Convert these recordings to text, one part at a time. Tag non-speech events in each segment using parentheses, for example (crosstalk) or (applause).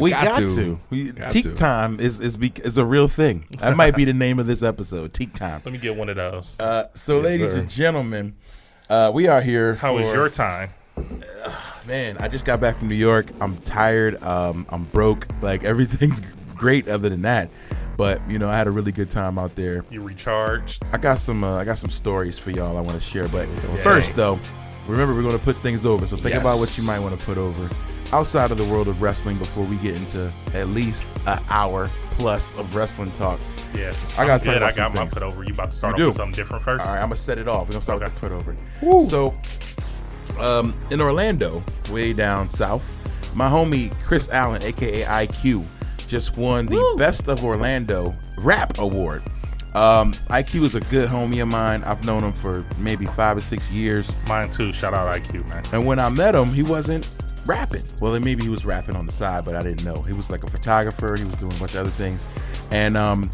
We got, to. We, Got teak to. time is is, be, is a real thing. That might be the name of this episode. Teak time. Let me get one of those. Uh, so, Yes, ladies sir. and gentlemen, uh, we are here. How was for- your time? man? I just got back from New York. I'm tired. Um, I'm broke. Like everything's (laughs) great other than that. But you know, I had a really good time out there. You recharged. I got some uh, I got some stories for y'all I want to share. But first though, remember we're going to put things over. So think Yes. about what you might want to put over outside of the world of wrestling before we get into at least an hour plus of wrestling talk. Yeah. I gotta talk Yeah, about I got some my things. put over. You about to You start do. off with something different first? All right, I'm gonna set it off. We're gonna start with the Okay. put over. So, um, in Orlando, way down south, my homie Chris Allen, aka IQ, just won the Best of Orlando Rap Award. Um, IQ is a good homie of mine. I've known him for maybe five or six years. Mine too. Shout out IQ, man. And when I met him, he wasn't rapping. Well, then maybe he was rapping on the side, but I didn't know. He was like a photographer. He was doing a bunch of other things. And um,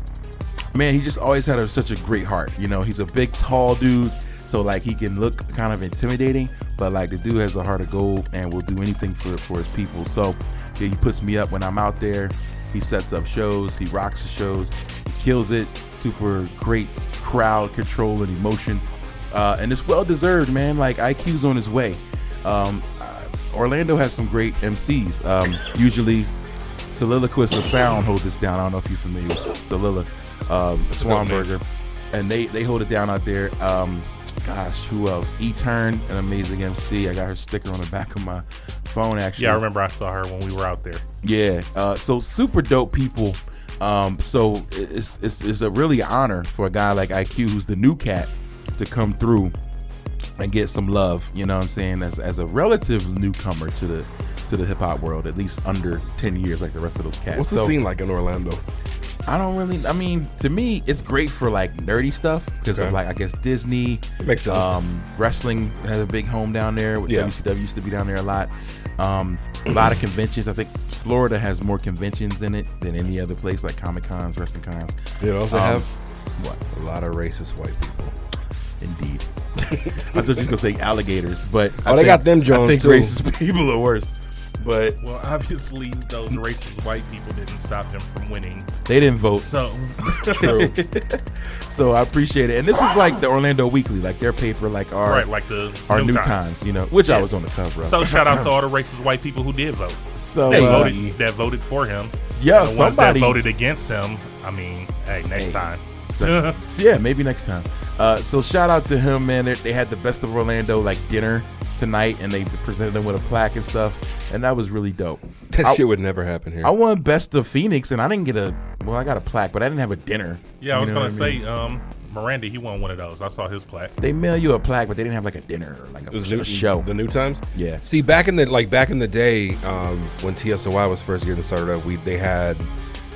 man, he just always had a, such a great heart. You know, he's a big, tall dude. So like he can look kind of intimidating, but like the dude has a heart of gold and will do anything for for his people. So yeah, he puts me up when I'm out there. He sets up shows. He rocks the shows. He kills it. Super great crowd control and emotion, uh, and it's well deserved, man. Like IQ's on his way. Um, uh, Orlando has some great MCs. Um, usually Soliloquist of Sound hold this down. I don't know if you're familiar with Solila, um, Swanberger, and they they hold it down out there. Um, gosh, who else? E Turn, an amazing MC. I got her sticker on the back of my phone. Actually, Yeah, I remember I saw her when we were out there. yeah. Uh, so super dope people. Um, so it's, it's it's a really honor for a guy like IQ, who's the new cat, to come through and get some love. You know what I'm saying? As as a relative newcomer to the to the hip hop world, at least under 10 years, like the rest of those cats. What's the So- scene like in Orlando? I don't really. I mean, to me, it's great for like nerdy stuff because of Okay. like I guess Disney. Makes sense. Um, wrestling has a big home down there. Yeah. WCW used to be down there a lot. Um, a lot of conventions. I think Florida has more conventions in it than any other place, like Comic Cons, wrestling cons. It also Um, have What? a lot of racist white people. Indeed. (laughs) I was just gonna say alligators, but I Oh, they got them I Jones, think too. racist (laughs) people are worse. But Well, obviously, those racist white people didn't stop them from winning. they didn't vote. So, (laughs) True. So I appreciate it. And this is like the Orlando Weekly, like their paper, like our right, like the our new, time. times, you know, which I Yeah. was on the cover of. So, shout (laughs) out to all the racist white people who did vote. So Hey, They uh, voted, that voted for him. Yeah, the ones that somebody- voted against him. I mean, hey, next Hey. time. so- (laughs) yeah, maybe next time. Uh, so shout out to him, man. They, they had the best of Orlando like dinner tonight, and they presented him with a plaque and stuff, and that was really dope. that I, shit would never happen here. I won best of Phoenix, and I didn't get a well. I got a plaque, but I didn't have a dinner. Yeah, I You was know gonna what I say, mean? um, Miranda, he won one of those. I saw his plaque. they mail you a plaque, but they didn't have like a dinner or like a, It was a Newton, show. The New Times. Yeah. See, back in the like back in the day, um, when TSOY was first getting started up, we they had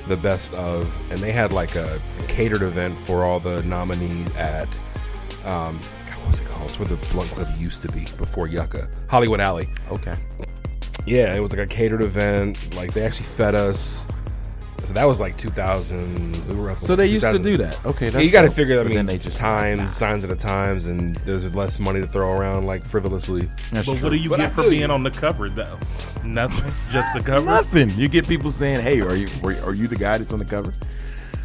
the best of, and they had like a catered event for all the nominees at, um, God, what was it called? It's where the Blunt Club used to be before Yucca, Hollywood Alley. okay, Yeah, it was like a catered event. Like they actually fed us. So that was like 2000. We were up so in they used to 2000. do that. Okay, Yeah, you got to dope. figure. I But mean, then they just times, signs of the times, and there's less money to throw around like frivolously. That's But true. what do you But I get for feel being you. on the cover though? Nothing. (laughs) Just the cover. Nothing. You get people saying, "Hey, are you were- are you the guy that's on the cover?"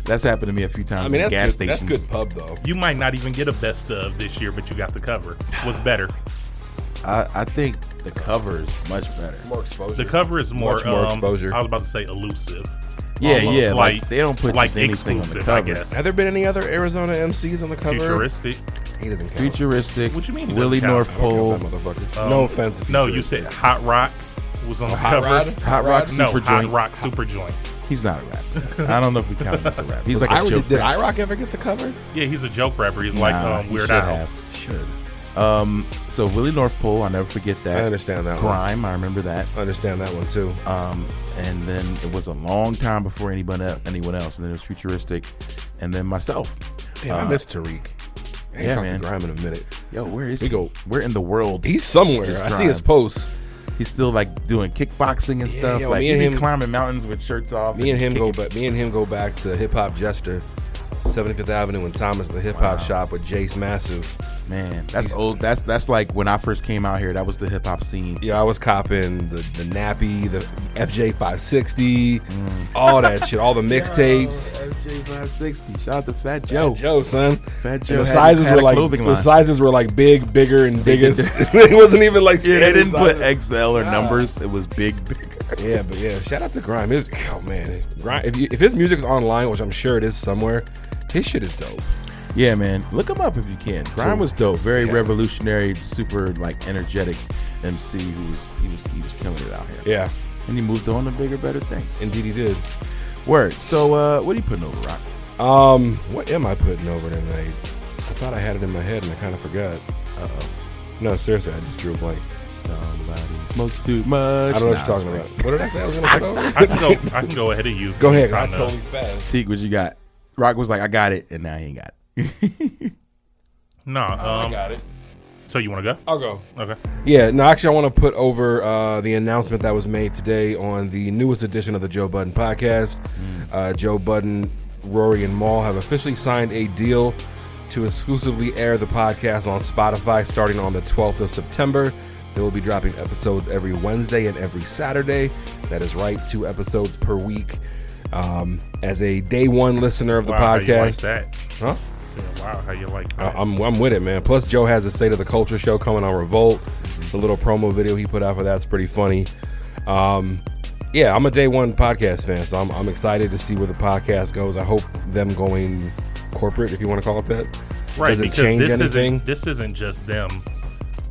That's happened to me a few times. I mean, at that's gas good, stations. that's good pub though. You might not even get a best of this year, but you got the cover. What's better? I, I think the cover is much better. More exposure. The cover is more, Much more um, exposure. I was about to say elusive. Yeah, Almost yeah. Like, they don't put like just anything on the exclusive, cover. I guess. Have there been any other Arizona MCs on the cover? Futuristic. He doesn't count. Futuristic. What you mean it Willie doesn't North count? I don't Pole. count that motherfucker. Um, no offense. if No, you futuristic. said Hot Rock was on the Hot cover. Rod? Hot Rock No, Super Hot Joint. Rock Super Joint. He's not a rapper. I don't know if we count (laughs) him as a rapper. He's like a I already- joke. did rapper. IROC ever get the cover? Yeah, he's a joke rapper. He's like Nah, um, he Weird should Al. have. Should. Um. So Willie North Pole. I'll never forget that. I understand that one. Crime. I remember that. I understand that one too. Um, and then it was a long time before anyone else, anyone else. And then it was futuristic, and then myself. Damn, I miss Tariq. I ain't uh, yeah, talked man. to Grime in a minute. Yo, where is We he? go- Where in the world? He's somewhere. Just I see his Grime. posts. He's still like doing kickboxing and Yeah, stuff. yo, like me he and be him- climbing mountains with shirts off. Me and him kicking- go back. Me and him go back to hip hop jester. 75th Avenue and Thomas the Hip Hop Shop with Jace Massive. Man, that's old. That's that's like when I first came out here. That was the hip hop scene. Yeah, I was copping the, the nappy, the FJ 560, Mm. all that shit, all (laughs) the mixtapes. FJ560. Shout out to Fat Yo, Joe. Joe, son. Fat Joe And the had- sizes had were a like clothing the line. sizes were like big, bigger, and biggest. (laughs) it wasn't even like Yeah, they standard didn't put sizes. XL or Nah. numbers. It was big, big. Yeah, but yeah, shout out to Grime. His, oh man, Grime. If, you, if his music's online, which I'm sure it is somewhere, his shit is dope. Yeah, man. Look him up if you can. Grime was dope. Very Yeah. revolutionary, super like energetic MC who was he was he was killing it out here. Yeah, And he moved on to bigger, better things. indeed he did. Word. So uh what are you putting over Rock? Um, what am I putting over tonight? I thought I had it in my head and I kind of forgot. Uh oh. No, seriously, I just drew a blank. Um, Somebody smokes too much. I don't know what Nah, you're talking I'm just about. What did I say I was (laughs) gonna put over? I can go. I can go ahead of you. Go ahead. I Time to- totally spazzed. Teak, what you got? Rock was like, I got it, and now he ain't got it. (laughs) Nah. Um, Oh, I got it. So you want to I'll go. go? Okay. Yeah, no, actually, I want to put over uh, the announcement that was made today on the newest edition of the Joe Budden podcast. Mm. Uh, Joe Budden, Rory, and Maul have officially signed a deal to exclusively air the podcast on Spotify starting on the 12th of September. They will be dropping episodes every Wednesday and every Saturday. That is right, two episodes per week. Um, as a day one listener of the Wow, how you like podcast, that? huh? Saying, Wow, how you like I- that? I'm, I'm with it, man. Plus, Joe has a State of the Culture show coming on Revolt. The little promo video he put out for that's pretty funny. Um, yeah, I'm a day one podcast fan, so I'm, I'm excited to see where the podcast goes. I hope them going corporate, if you want to call it that. right, Does it because change this anything? isn't this isn't just them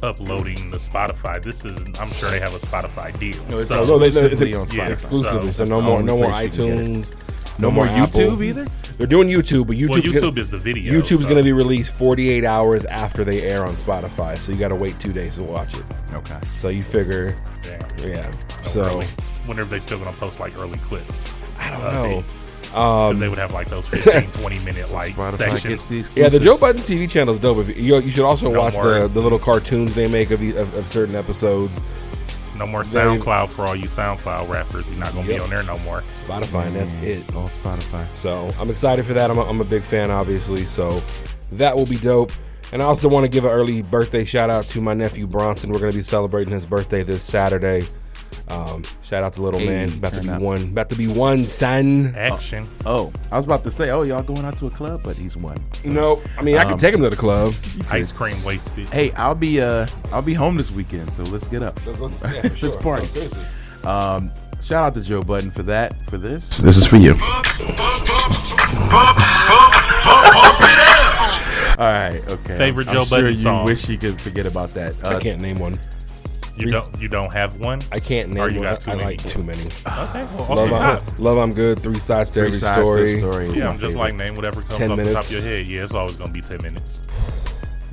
uploading the Spotify. This is I'm sure they have a Spotify deal. it's so, not- no, they- they- it's Exclusively on yeah, Spotify. exclusively. So, So, no the more, only no more place you can iTunes, No more Apple. YouTube either? They're doing YouTube, but YouTube's well, YouTube gonna, is the video. YouTube's so- going to be released 48 hours after they air on Spotify. So you got to wait two days to watch it. Okay. So you figure, Yeah. yeah. So So, early. Wonder if they still gonna post like early clips. I don't Uh, know. Um, If they would have like (laughs) those 15, 20 minute like Spotify gets sections. the Yeah, the exclusives. Joe Budden TV channel is dope. If you, you should also No watch the, more. the little cartoons they make of, the- of, of certain episodes. No more They- SoundCloud for all you SoundCloud rappers. You're not gonna Yep. be on there no more. Spotify, and that's it. on Spotify. So I'm excited for that. I'm a, I'm a big fan, obviously. So that will be dope. And I also want to give an early birthday shout out to my nephew Bronson. We're going to be celebrating his birthday this Saturday. Um, shout out to little Hey, man, about to turn be up. one, about to be one son. Action. Oh, I was about to say, oh, y'all going out to a club, but he's one. Nope. I mean, I can take him to the (laughs) club. Ice cream wasted. Hey, I'll be uh, I'll be home this weekend, so let's get up. (laughs) Let's sure. party. No, Um, shout out to Joe Budden for that, for this. This is for you. All right, okay. Favorite I'm Joe sure Budden you song? wish you could forget about that. Uh, I can't name one. You don't you don't have one? I can't name Or you one. got too I, I many. like too (laughs) many. Okay, well, off Love the I'm, top. Love I'm Good, Three Sides to Oh, Three Every Sides to Story. Story is Yeah, my I'm just favorite. like name whatever comes 10 off the top minutes. of your head. Yeah, it's always gonna be ten minutes. (laughs)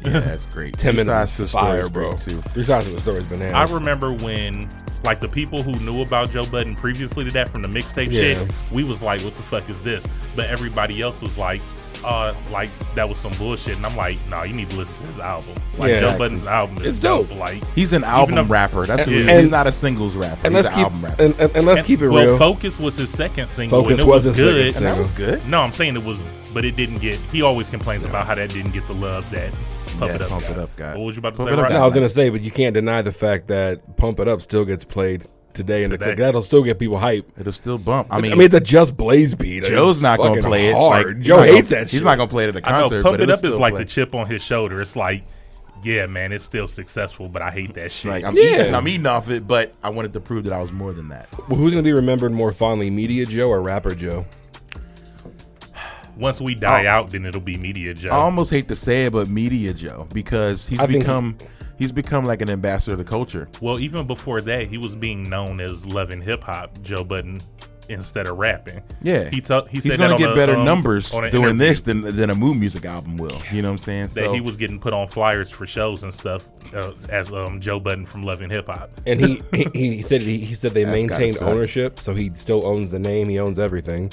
Yeah, that's great. Ten Three minutes Sides to is the Story fire, is bro. great, Too. Three Sides to the Story is bananas. I remember when, like, the people who knew about Joe Budden previously to that from the mixtape Yeah. shit, we was like, "What the fuck is this?" But everybody else was like, "Uh, like that was some bullshit." And I'm like, "No, you need to listen to his album. Like Yeah. Joe Budden's album is It's dope. dope. Like, He's an album though- rapper. That's what Yeah. he- And- he's not a singles rapper. and he's let's an keep album rapper. and, and, and let's keep it well, real. Focus was his second single. Focus and it was his was, second good. and that single. was good. No, I'm saying it was, but it didn't get. He always complains about how that didn't get the love that Pump Yeah, It Up Pump got. It Up got. What was you about to Pump say? It Up Rob? got no, I was gonna say, but you can't deny the fact that Pump It Up still gets played today, and the, Today. that'll still get people hype. It'll still bump. I I mean, mean, it's a just Blaze beat. Joe's It's not gonna fucking play hard. it. Like, he's Joe not gonna- hates that. He's shit. not gonna play it at a I concert. know. Pump but it it'll up is still like play. the chip on his shoulder. It's like, yeah, man, it's still successful, but I hate that shit. Like I'm Yeah. eating, I'm eating off it, but I wanted to prove that I was more than that. Well, who's gonna be remembered more fondly, Media Joe or Rapper Joe? Once we die out, then it'll be media I Joe. almost hate to say it, but media Joe because he's Oh. I think- become he's become like an ambassador to culture. well, even before that, he was being known as loving hip hop Joe Budden instead of rapping. Yeah, he told he he's said gonna that on get a, better um, numbers on an doing interview this than than a mood music album will. You know what I'm saying? That so he was getting put on flyers for shows and stuff uh, as um, Joe Budden from Loving Hip Hop. And he he, he said he, he said they That's gotta maintained suck. ownership, so he still owns the name. He owns everything.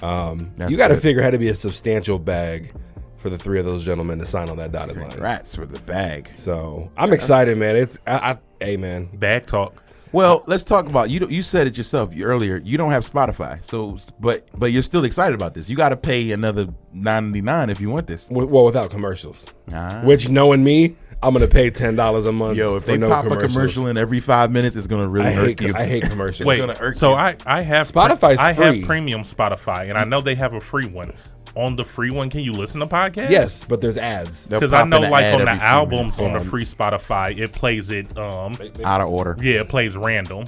that's you got to good. figure how to be a substantial bag for the three of those gentlemen to sign on that dotted line. rats for the bag. So I'm excited, man. It's I, I hey man, Bag talk. Well, let's talk about you. You said it yourself earlier. You don't have Spotify, so but but you're still excited about this. You got to pay another ninety nine if you want this. Wi- well, without commercials. Ah. Which, knowing me, I'm gonna pay ten dollars a month. Yo, if for they no pop a commercials. commercial in every five minutes, it's gonna really I hurt hate, you. I hate commercials. Wait, gonna irk so you. I I have Spotify's I free. have premium Spotify, and I know they have a free one. On the free one, can you listen to podcasts? yes, but there's ads. They'll because I pop know an like ad on the every few albums minutes. on the Um, free Spotify, it plays it. Um, out of order. yeah, it plays random.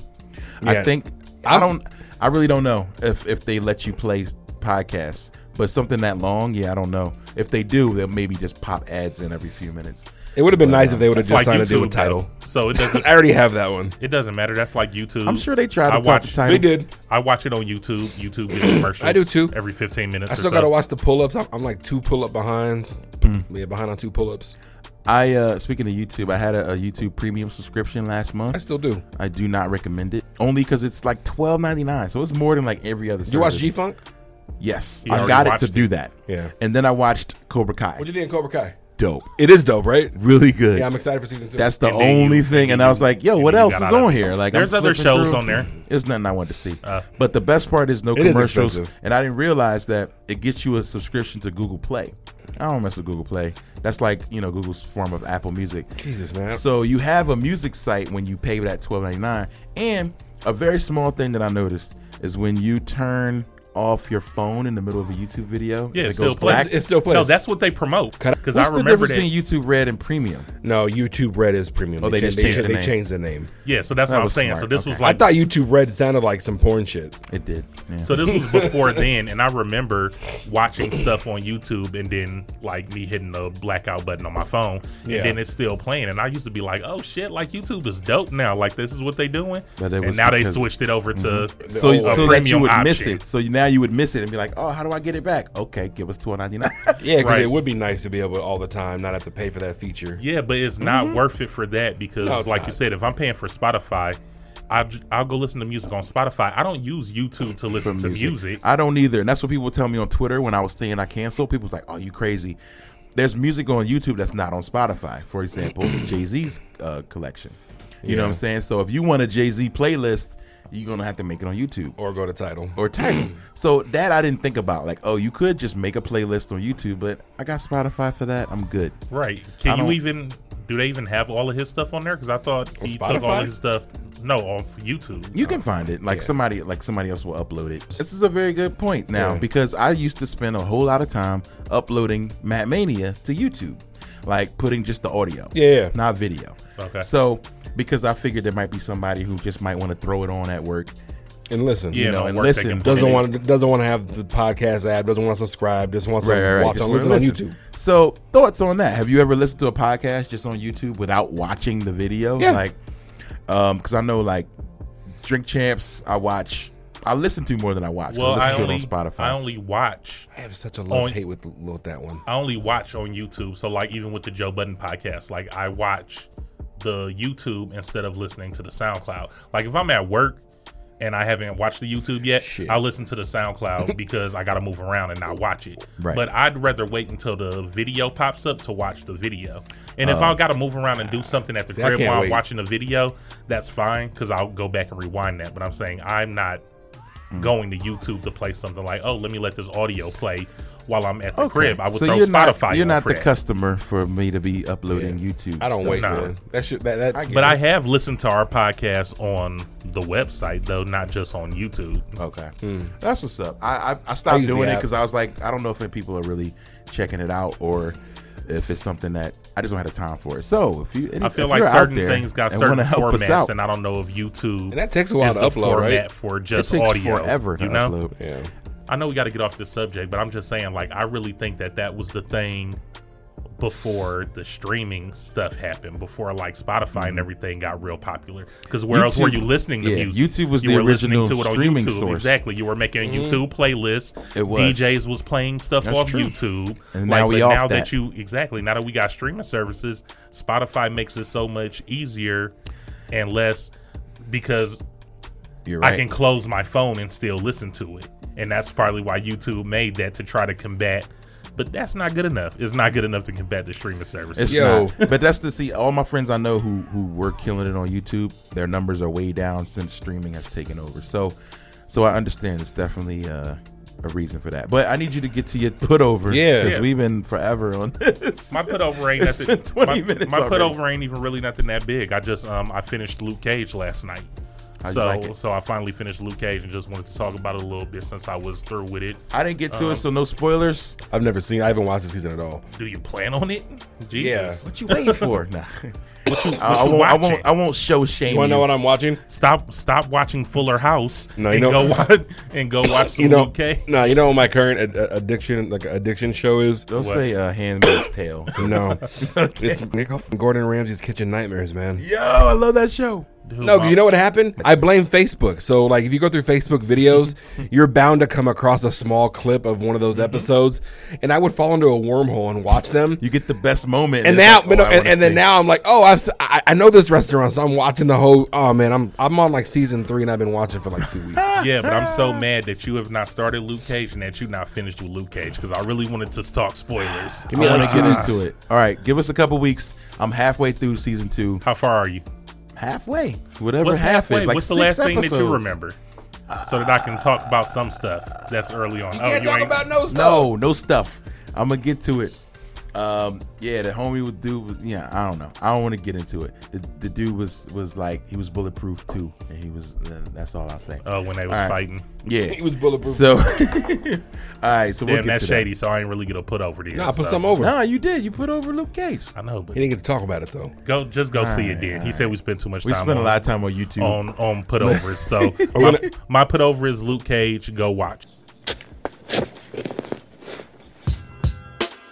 I Yeah. think I don't. I really don't know if if they let you play podcasts, but something that long, yeah, I don't know. If they do, they'll maybe just pop ads in every few minutes. It would have been nice if they would have It's just like signed a deal YouTube with title. (laughs) though. so it doesn't (laughs) I already have that one. it doesn't matter. That's like YouTube. I'm sure they tried to I talk watch. to Tidal. They did. I watch it on YouTube. (clears throat) YouTube gets commercials. I do too. Every 15 minutes. I or still so. gotta watch the pull ups. I'm, I'm like two pull up behind. Hmm. Yeah, behind on two pull ups. I uh speaking of YouTube, I had a, a YouTube premium subscription last I month. still do. I do not recommend it only because it's like twelve ninety nine, so it's more than like every other. Do you watch service. G Funk? Yes, He I already got it watched to it. do that. Yeah. and then I watched Cobra Kai. What you think of Cobra Kai? Dope, It is dope, right? really good. Yeah, I'm excited for season two. That's the And then only you- thing. And I was like, yo, you what got else is out of- on here? Like, There's other flipping shows through. on there. There's nothing I want to see. Uh. but the best part is no It is commercials. expensive. and I didn't realize that it gets you a subscription to Google Play. I don't mess with Google Play. That's like, you know, Google's form of Apple Music. Jesus, man. So you have a music site when you pay that twelve ninety nine, and a very small thing that I noticed is when you turn off your phone in the middle of a YouTube video, Yeah, and it still plays. It still plays. No, that's what they promote. Cut- Because I What's the remember difference that. between YouTube Red and Premium? no, YouTube Red is premium. Oh, they cha- just changed cha- the they name. changed the name. yeah, so that's That what I'm was saying. smart. So this was Okay. I like thought YouTube Red sounded like some porn shit. It did. Yeah. So this was before then, and I remember watching stuff on YouTube, and then like me hitting the blackout button on my phone, Yeah. and then it's still playing. And I used to be like, "Oh shit! Like YouTube is dope now. Like this is what they doing." But it and was now they because- Mm-hmm. switched it over to so, oh, a so that you premium would miss option. it. So you- now you would miss it and be like, oh, how do I get it back? Okay, give us two (laughs) ninety nine. Yeah, 'cause Right. it would be nice to be able to all the time, not have to pay for that feature. Yeah, but it's Mm-hmm. not worth it for that because, No, it's like you not. said, if I'm paying for Spotify, I j- I'll go listen to music on Spotify. I don't use YouTube to listen to music. I don't either, and that's what people tell me on Twitter when I was saying I cancel. People was like, oh, you crazy. There's music on YouTube that's not on Spotify. For example, (clears throat) Jay Z's uh, collection. You know what I'm saying? So if you want a Jay Z playlist, you're gonna have to make it on YouTube. Or go to title. (clears throat) or title. so that I didn't think about. Like, oh, you could just make a playlist on YouTube, but I got Spotify for that. I'm good. Right? I Can you don't- even? Do they even have all of his stuff on there? Because I thought On he took all Spotify? his stuff. No, off YouTube. You can find it. Like Yeah. somebody like somebody else will upload it. This is a very good point now Yeah. because I used to spend a whole lot of time uploading Matt Mania to YouTube. Like putting just the audio. Yeah. Not video. Okay. So because I figured there might be somebody who just might want to throw it on at work. And listen, Yeah, You know, no, and work they listen, can put doesn't it in. want to doesn't want to have the podcast app. Doesn't want to subscribe. Just wants Right, to right, right. watch Just on wanna listen on listen. YouTube. So thoughts on that? Have you ever listened to a podcast just on YouTube without watching the video? Yeah. Like, um, because I know like Drink Champs, I watch, I listen to more than I watch. Well, I listen only to it on Spotify. I only watch I have such a Oh, love On- hate with, with that one. I only watch on YouTube. So like even with the Joe Budden podcast, like I watch the YouTube instead of listening to the SoundCloud. Like if I'm at work and I haven't watched the YouTube yet, Shit. I'll listen to the SoundCloud (laughs) because I got to move around and not watch it. Right. But I'd rather wait until the video pops up to watch the video. And if I got to move around and do something at the Oh. See, I crib can't while I'm wait. watching the video, that's fine because I'll go back and rewind that. But I'm saying I'm not going to YouTube to play something like, oh, let me let this audio play while I'm at the Okay. crib. I would so throw you're Spotify. Not, you're on not for the that. customer for me to be uploading YouTube. I don't stuff. wait Nah. for it. That shit. That, that I get But I have listened to our podcast on the website though, not just on YouTube. Okay, that's what's up. I I, I Hmm. I stopped use the doing it app. because I was like, I don't know if people are really checking it out or if it's something that I just don't have the time for it. So if you, I if feel you're like out certain there things got and certain wanna help us formats, out, and I don't know if YouTube And that takes a while is to the upload, format right? for it just takes audio. forever to you know, upload. yeah. I know we got to get off this subject, but I'm just saying, like, I really think that that was the thing before the streaming stuff happened, before like Spotify and everything got real popular. Because where else were Mm-hmm. YouTube- you listening to yeah, music? YouTube was You the were listening original to it on streaming YouTube. source. Exactly, you were making a YouTube playlist. It was. DJs was playing stuff That's off true. YouTube. And now Like, we but off now that. that you exactly now that we got streaming services, Spotify makes it so much easier and less because You're right. I can close my phone and still listen to it. And that's probably why YouTube made that to try to combat but that's not good enough. It's not good enough to combat the streaming services. It's (laughs) Yo. not. But that's to see all my friends I know who who were killing it on YouTube. Their numbers are way down since streaming has taken over. So, so I understand. It's definitely uh, a reason for that. But I need you to get to your put over. Yeah. because Yeah. we've been forever on (laughs) this. My put over ain't It's nothing. been 20 my minutes my put already. over ain't even really nothing that big. I just um I finished Luke Cage last night. How you so like it? so I finally finished Luke Cage and just wanted to talk about it a little bit since I was through with it. I didn't get to it, so no spoilers. I've never seen. I haven't watched the season at all. Do you plan on it? Jesus. What you waiting for? (laughs) Nah. What you- I, I what you won't. I watching? won't. I won't show shame. You want to know you. what I'm watching? Stop stop watching Fuller House No, you and know- (laughs) go watch and go watch some You know, Luke Cage. no, you know what my current ad- ad- addiction like addiction show is. Don't What? say uh, Handmaid's Tale. No, it's Nick from Gordon Ramsay's Kitchen Nightmares, man. Yo, I love that show. Dude, No, 'cause my- you know what happened? I blame Facebook. So, like, if you go through Facebook videos, you're bound to come across a small clip of one of those episodes, and I would fall into a wormhole and watch them. You get the best moment, and it's now, like, but no, oh, I and, wanna and then see. now I'm like, oh, I've, si know this restaurant, so I'm watching the whole. Oh man, I'm I'm on like season three, and I've been watching for like two weeks. yeah, but I'm so mad that you have not started Luke Cage and that you not finished with Luke Cage because I really wanted to talk spoilers. I want to get into it. All right, give us a couple weeks. I'm halfway through season two. How far are you? Halfway, whatever What's half halfway? is. Like What's the six last thing that you episodes. remember? So that I can talk about some stuff that's early on. oh, you ain't. no No, no stuff. I'm gonna get to it. Um, yeah, the homie would do. Was, yeah, I don't know. I don't want to get into it. The, the dude was was like he was bulletproof too, and he was. Uh, that's all I'll say. Oh, when they was All right. fighting. Yeah, He was bulletproof. So, (laughs) all right. So we'll Damn, get that's to that. shady. So I ain't really gonna put over there. Nah, put so- some over. No, you did. You put over Luke Cage. I know, but He didn't get to talk about it though. go just go see it, right, then. all He said we spent too much. We time spent a on- Oh, lot of time on YouTube. on on put (laughs) overs. So we my, gonna- my put over is Luke Cage. Go watch.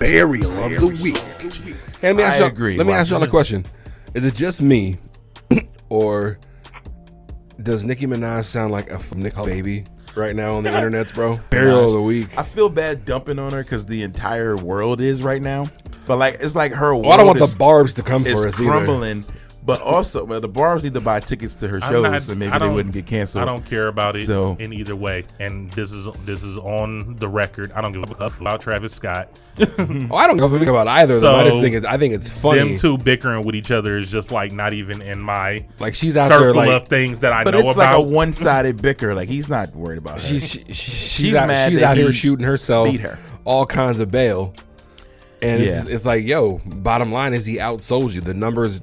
Burial of the Week. Hey, let me I ask y'all, agree. Let me Why- ask y'all a question: Is it just me, (clears throat) or does Nicki Minaj sound like a f- Nick baby right now on the internet's (laughs) bro? Burial of the week. I feel bad dumping on her because the entire world is right now. But like, it's like her. Well, Oh, I don't want is, the barbs to come is for us either. crumbling. But also, well, the bars need to buy tickets to her I'm shows, not- and I maybe they don't- wouldn't get canceled. I don't care about it So- in either way. And this is this is on the record. I don't give a fuck about Travis Scott. Oh, I don't know if I think about either of them. I So, just think it's I think it's funny. Them two bickering with each other is just like not even in my Like she's out circle there like of things that I But know it's like a about. one-sided bicker. Like he's not worried about her. she's she, she- she's, She's out, mad she's that out here he shooting herself beat her. all kinds of bail. And it's, Yeah. it's like, yo, bottom line is he outsold you. The numbers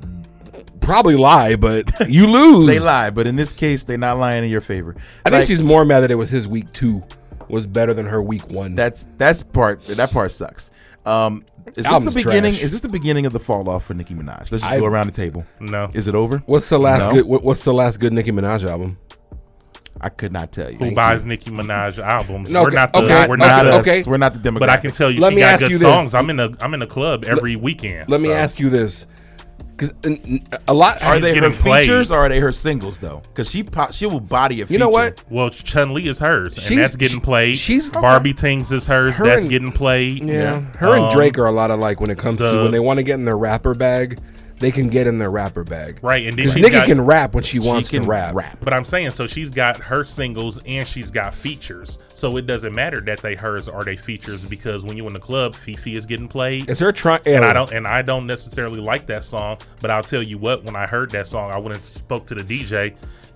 probably lie, but (laughs) you lose. they lie, but in this case, they're not lying in your favor. I think Like, she's more mad that it was his week two was better than her week one. that's that's part. That part sucks. Um, is this the Album's beginning? trash. Is this the beginning of the fall off for Nicki Minaj? Let's just go I've- around the table. No. is it over? what's the last No. good what, what's the last good Nicki Minaj album? I could not tell you. who buys Nicki Minaj albums? No, we're okay, not the okay, we're not not the, us. okay. We're not the demographic. (laughs) but I can tell you Let she me got ask good you this. songs. I'm in a I'm in a club every weekend. Let me so. ask you this. Cause n- n- a lot Are He's they her getting played. features or are they her singles though? Because she pop, she will body a feature. you know what? Well, Chun Li is hers, She's- and that's getting she- played. she's- Barbie Tings is hers. Her that's and- getting played. Yeah. Her and Um, Drake are a lot of like when it comes the- to when they want to get in their rapper bag, they can get in their rapper bag. Right, and then Because she's Nicki got- can rap when she wants can to rap. rap. But I'm saying, so she's got her singles and she's got features. So it doesn't matter that they hers are they features because when you in the club, Fifi is getting played. Is her oh, trying? and I don't and I don't necessarily like that song, but I'll tell you what, when I heard that song, I went and spoke to the DJ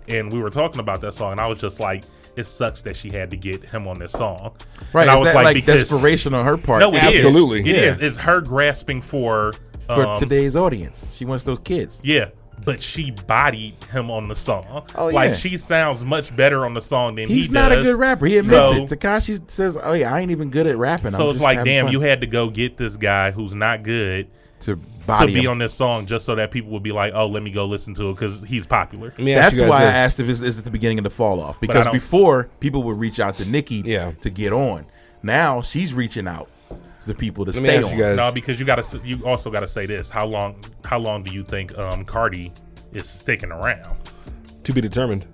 and we were talking about that song and I was just like, it sucks that she had to get him on this song. Right? And I Is was that like, because- desperation on her part? No, it is. Absolutely. It Yeah. is. It's her grasping for for um, today's audience, she wants those kids. Yeah, but she bodied him on the song. Oh, like yeah. she sounds much better on the song than He's he not a does. good rapper. He admits So- it. Takashi says, "Oh yeah, I ain't even good at rapping." I'm So it's just like, having damn, fun." you had to go get this guy who's not good to to body be him. on this song just so that people would be like, oh, let me go listen to it because he's popular. Let me ask That's you guys why I this. asked if it's, is it the beginning of the fall off I because don't- before people would reach out to Nikki Yeah. to get on. Now she's reaching out to people to Let me stay ask on. you guys. No, because you gotta. You also gotta say this. How long? How long do you think um Cardi is sticking around? to be determined.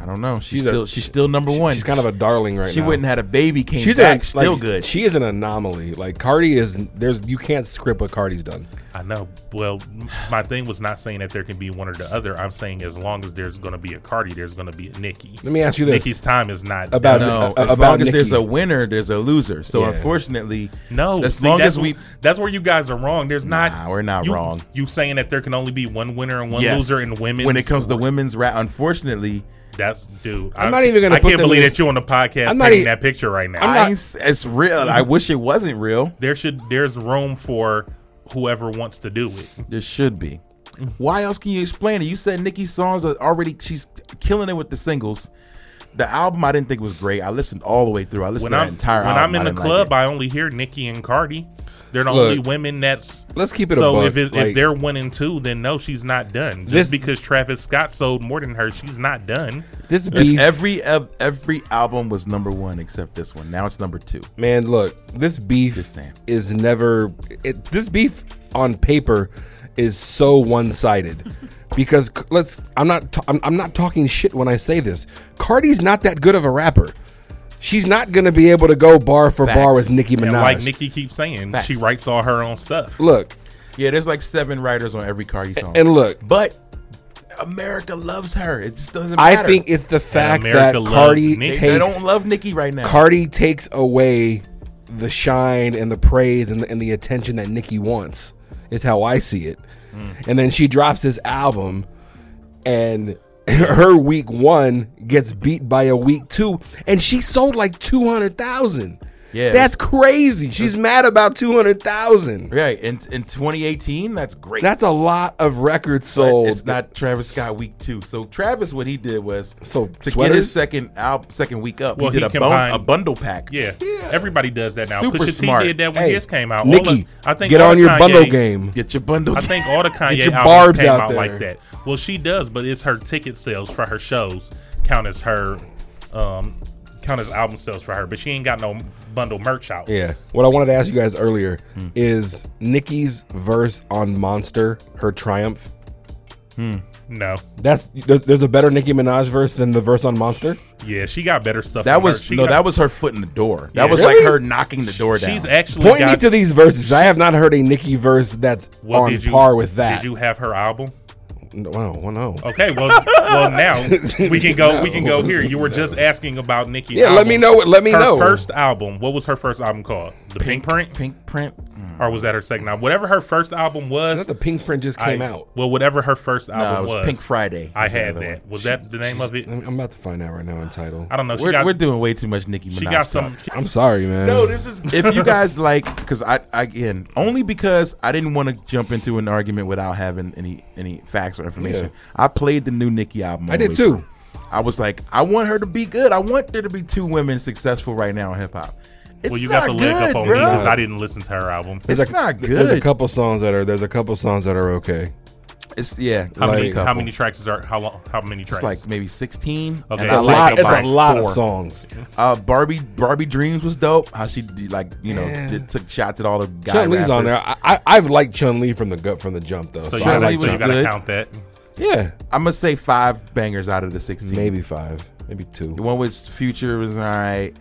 I don't know. She's, She's a- still she's still number She- one. she's kind of a darling right she now. wouldn't had a baby. Came She's back a, still like, good. She is an anomaly. Like Cardi is. There's you can't script what Cardi's done. I know. Well, m- my thing was not saying that there can be one or the other. I'm saying as long as there's going to be a Cardi, there's going to be a Nicki. Let me ask you this. Nicki's time is not About- no, done. a- as about long as Nicki. there's a winner, there's a loser. So Yeah. unfortunately, No, As see, long that's as we- wh- that's where you guys are wrong. There's Nah, not we're not you, wrong. You saying that there can only be one winner and one yes, loser in women when it comes to women's rap, unfortunately, That's dude. I'm not even gonna I put can't them believe as- that you on the podcast I'm I'm not e- that picture right now. I ain't s- it's real. I wish it wasn't real. there should there's room for whoever wants to do it. There should be. Mm-hmm. Why else can you explain it? You said Nicki's songs are already she's killing it with the singles. The album I didn't think was great. I listened all the way through. I listened When to that I'm entire when album. I'm in I the didn't club, like I only hear Nicki and Cardi. They're the Look, only women that's. let's keep it. a So buck. if it, Like, if they're one and two, then no, she's not done. Just This- because Travis Scott sold more than her, she's not done. this it. beef, every ev- every album was number one except this one. Now it's number two. man, look, this beef Just saying. is never. It, this beef on paper is so one-sided (laughs) because c- let's. I'm not. ta- I'm, I'm not talking shit when I say this. Cardi's not that good of a rapper. She's not gonna be able to go bar for bar Facts. with Nicki Minaj. And like Nicki keeps saying, she Facts. writes all her own stuff. look, Yeah, there's like seven writers on every Cardi song. and look, but America loves her. It just doesn't I matter. think it's the fact that America loved Cardi Nicki. they, takes they don't love Nicki right now. Cardi takes away the shine and the praise and the, and the attention that Nicki wants. Is how I see it. Mm. And then she drops this album, and (laughs) her week one gets beat by a week two, and she sold like two hundred thousand. Yeah. that's crazy. She's mad about two hundred thousand. right. In in 2018, that's great. That's a lot of records but sold. it's not Travis Scott week two. So Travis, what he did was So, to get sweaters? his second album, second week up, Well, he did he a, bon- combined- a bundle pack. Yeah. everybody does that now. Super Pusha smart. T did that when Hey, his came out. All Nicki, of- I think get all on the your Kanye- bundle game. get your bundle. I think (laughs) all the Kanye your albums barbs came out out, there. like that. Well, she does, but it's her ticket sales for her shows count as her, um, count as album sales for her. But she ain't got no bundle merch out. Yeah. What I wanted to ask you guys earlier is Nikki's verse on Monster, her triumph. No. That's there, there's a better Nicki Minaj verse than the verse on Monster. Yeah, she got better stuff. that on her. was She no, got- that was her foot in the door. That Yeah. was Really? like her knocking the door down. She's actually Point me got, to these verses. I have not heard a Nicki verse that's well, on did you- par with that. Did you Oh. have her album? No, no, well, no. Okay, well, well now we can go. We can go No. here. You were just asking about Nicki. Yeah, let me know what- let me her know. First album. What was her first album called? The Pink, Print, pink print. Mm. or was that her second album? Whatever her first album I was. thought the Pink Print just I- came out. Well, whatever her first album No, it was Pink Friday. I was the had other that. one. Was that the name of it? I'm I'm about to find out right now in title. I don't know. She We're, got, we're doing way too much Nicki Minaj. she got talk. some. I'm sorry, man. No, this is Mm. if you guys like because I again only because I didn't want to jump into an argument without having any any facts or information. I played the new Nicki album. I on did loop. too. I was like, I want her to be good. I want there to be two women successful right now in hip hop. It's Well, you not got the leg good, up on me bro. because I didn't listen to her album. It's There's a- not There's a good. couple songs that are there's a couple songs that are okay. It's yeah. How like many? a How couple. many tracks is there? How long? How many tracks? It's like maybe sixteen. and Okay. It's I A a like lot, it's a about lot of four. songs. Uh, Barbie Barbie Dreams was dope. How she did, like you know Yeah. did, took shots at all the guys. Chun Li's on there. I, I I've liked Chun Li from the gut from the jump though. So, so you I gotta, like Chun-Li so was you gotta good. count that. Yeah, I'm gonna say five bangers out of the sixteen. maybe five, maybe two. The one with Future was all right.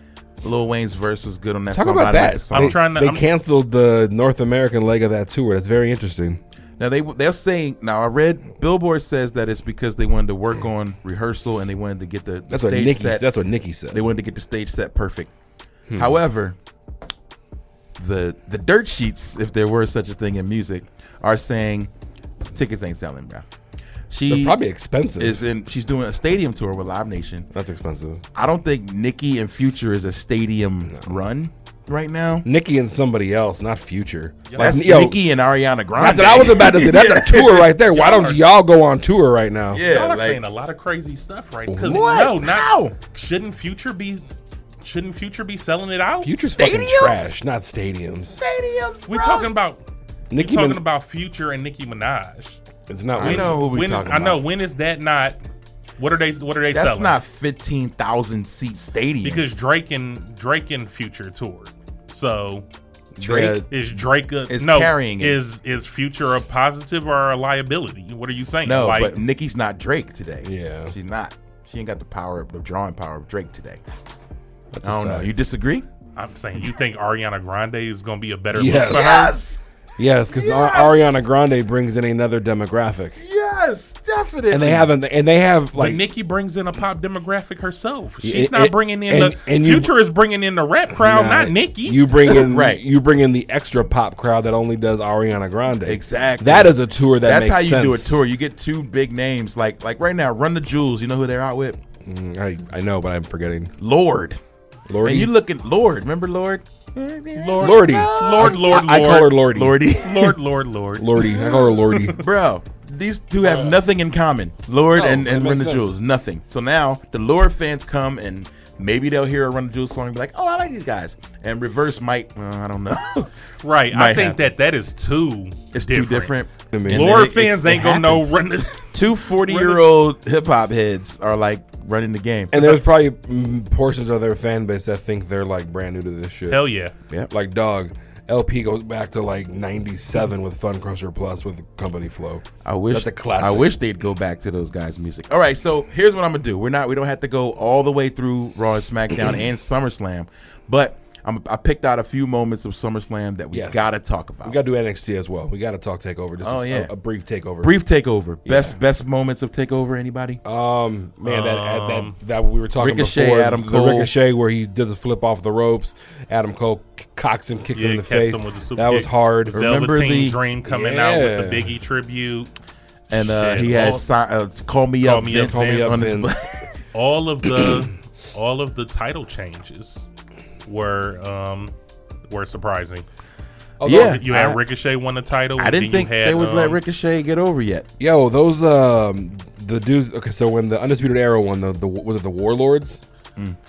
Lil Wayne's verse was good on that Talk song. about but I like that. the they, song. I'm trying to- They I'm- canceled the North American leg of that tour. That's very interesting. Now they they're saying now I read Billboard says that it's because they wanted to work on rehearsal and they wanted to get the, the That's what stage Nikki. set. That's what Nikki said. Hmm. they wanted to get the stage set perfect. However, the the dirt sheets, if there were such a thing in music, are saying tickets ain't selling, bro. She They're probably expensive. is in. She's doing a stadium tour with Live Nation. that's expensive. I don't think Nicki and Future is a stadium run right now. Nikki and somebody else, not Future. Like, That's yo, Nicki and Ariana Grande. that's what I was about to say. (laughs) That's a tour right there. Why Y'all don't are- y'all go on tour right now? Yeah, Y'all are like- saying a lot of crazy stuff, right? Because What? no, not How? shouldn't future be? Shouldn't future be selling it out? Future's fucking Stadiums? trash, not stadiums. stadiums. We talking about? We Nicki, talking Min- about future and Nicki Minaj? it's not. I winning. know who we when, talking I know about. when is that not? What are they? What are they That's selling? not fifteen thousand seat stadium. because Drake and Drake and Future toured. So Drake. is Drake a, Is no carrying it. is is Future a positive or a liability? What are you saying? No, like but Nikki's not Drake today. Yeah. she's not. She ain't got the power, the drawing power of Drake today. That's I a don't know. fact. You disagree? I'm saying you think Ariana Grande is gonna be a better Yes. look for her? Yes, yes, because Yes! Ariana Grande brings in another demographic, yes, definitely. and they haven't, and they have Like, like Nikki brings in a pop demographic herself. She's it- not it- bringing in and- the and you- future is bringing in the rap crowd, Nah, not Nikki. You bring (laughs) in Right. You bring in the extra pop crowd that only does Ariana Grande. Exactly. That is a tour that. That's makes how you do a sense. tour. You get two big names like like right now. Run the Jewels. You know who they're out with? Mm, I, I know, but I'm forgetting. Lord. Lordy, And you look at Lord. Remember Lord? Lord. Lordy, Lord, Lord, I, I call her Lord. Lordy. Lordy. (laughs) Lord, Lord, Lord. Lordy. I call her (laughs) Lordy. Bro, these two have nothing in common. Lord Oh, and, that and Run makes the sense. Jewels. Nothing. So now the Lord fans come and maybe they'll hear a Run the Jewels song and be like, oh, I like these guys. And reverse might, uh, I don't know. (laughs) Right. I Might think happen. that that is too. it's different. too different. I mean, And then Lord it- fans it- it ain't gonna know happens. run the. Two 40 year old hip hop heads are like running the game. And there's probably mm, portions of their fan base that think they're like brand new to this shit. (laughs) Hell yeah. Yep. Like dog, LP goes back to like '97 with Fun Crusher Plus with Company Flow. I wish That's a classic. I wish they'd go back to those guys' music. All right, so here's what I'm gonna do. We're not we don't have to go all the way through Raw and (clears throat) SmackDown and SummerSlam, but I'm, I picked out a few moments of SummerSlam that we Yes. gotta talk about. We got to do NXT as well. We got to talk Takeover. Just Oh, a, yeah. a brief Takeover. Brief takeover. Best best moments of takeover. Anybody? Um, man, that that, that that we were talking Ricochet, before Adam the Cole. Ricochet where he did the flip off the ropes. Adam Cole c- cocks him, kicks him in the kept face. them with the super that was kick. hard. Remember Velveteen the- Dream coming out with the Yeah. Biggie tribute. and uh, shit. he had All- si- uh, call me Call up. Me Up Vince Call me up, on his- Vince. All (clears throat) of the, all of the title changes were um were surprising. Although, yeah, You had I, Ricochet won the title. I didn't then you think had, they would let um, Ricochet get over yet. (laughs) yo, those um the dudes. Okay, so when the Undisputed Era won, the the was it the Warlords?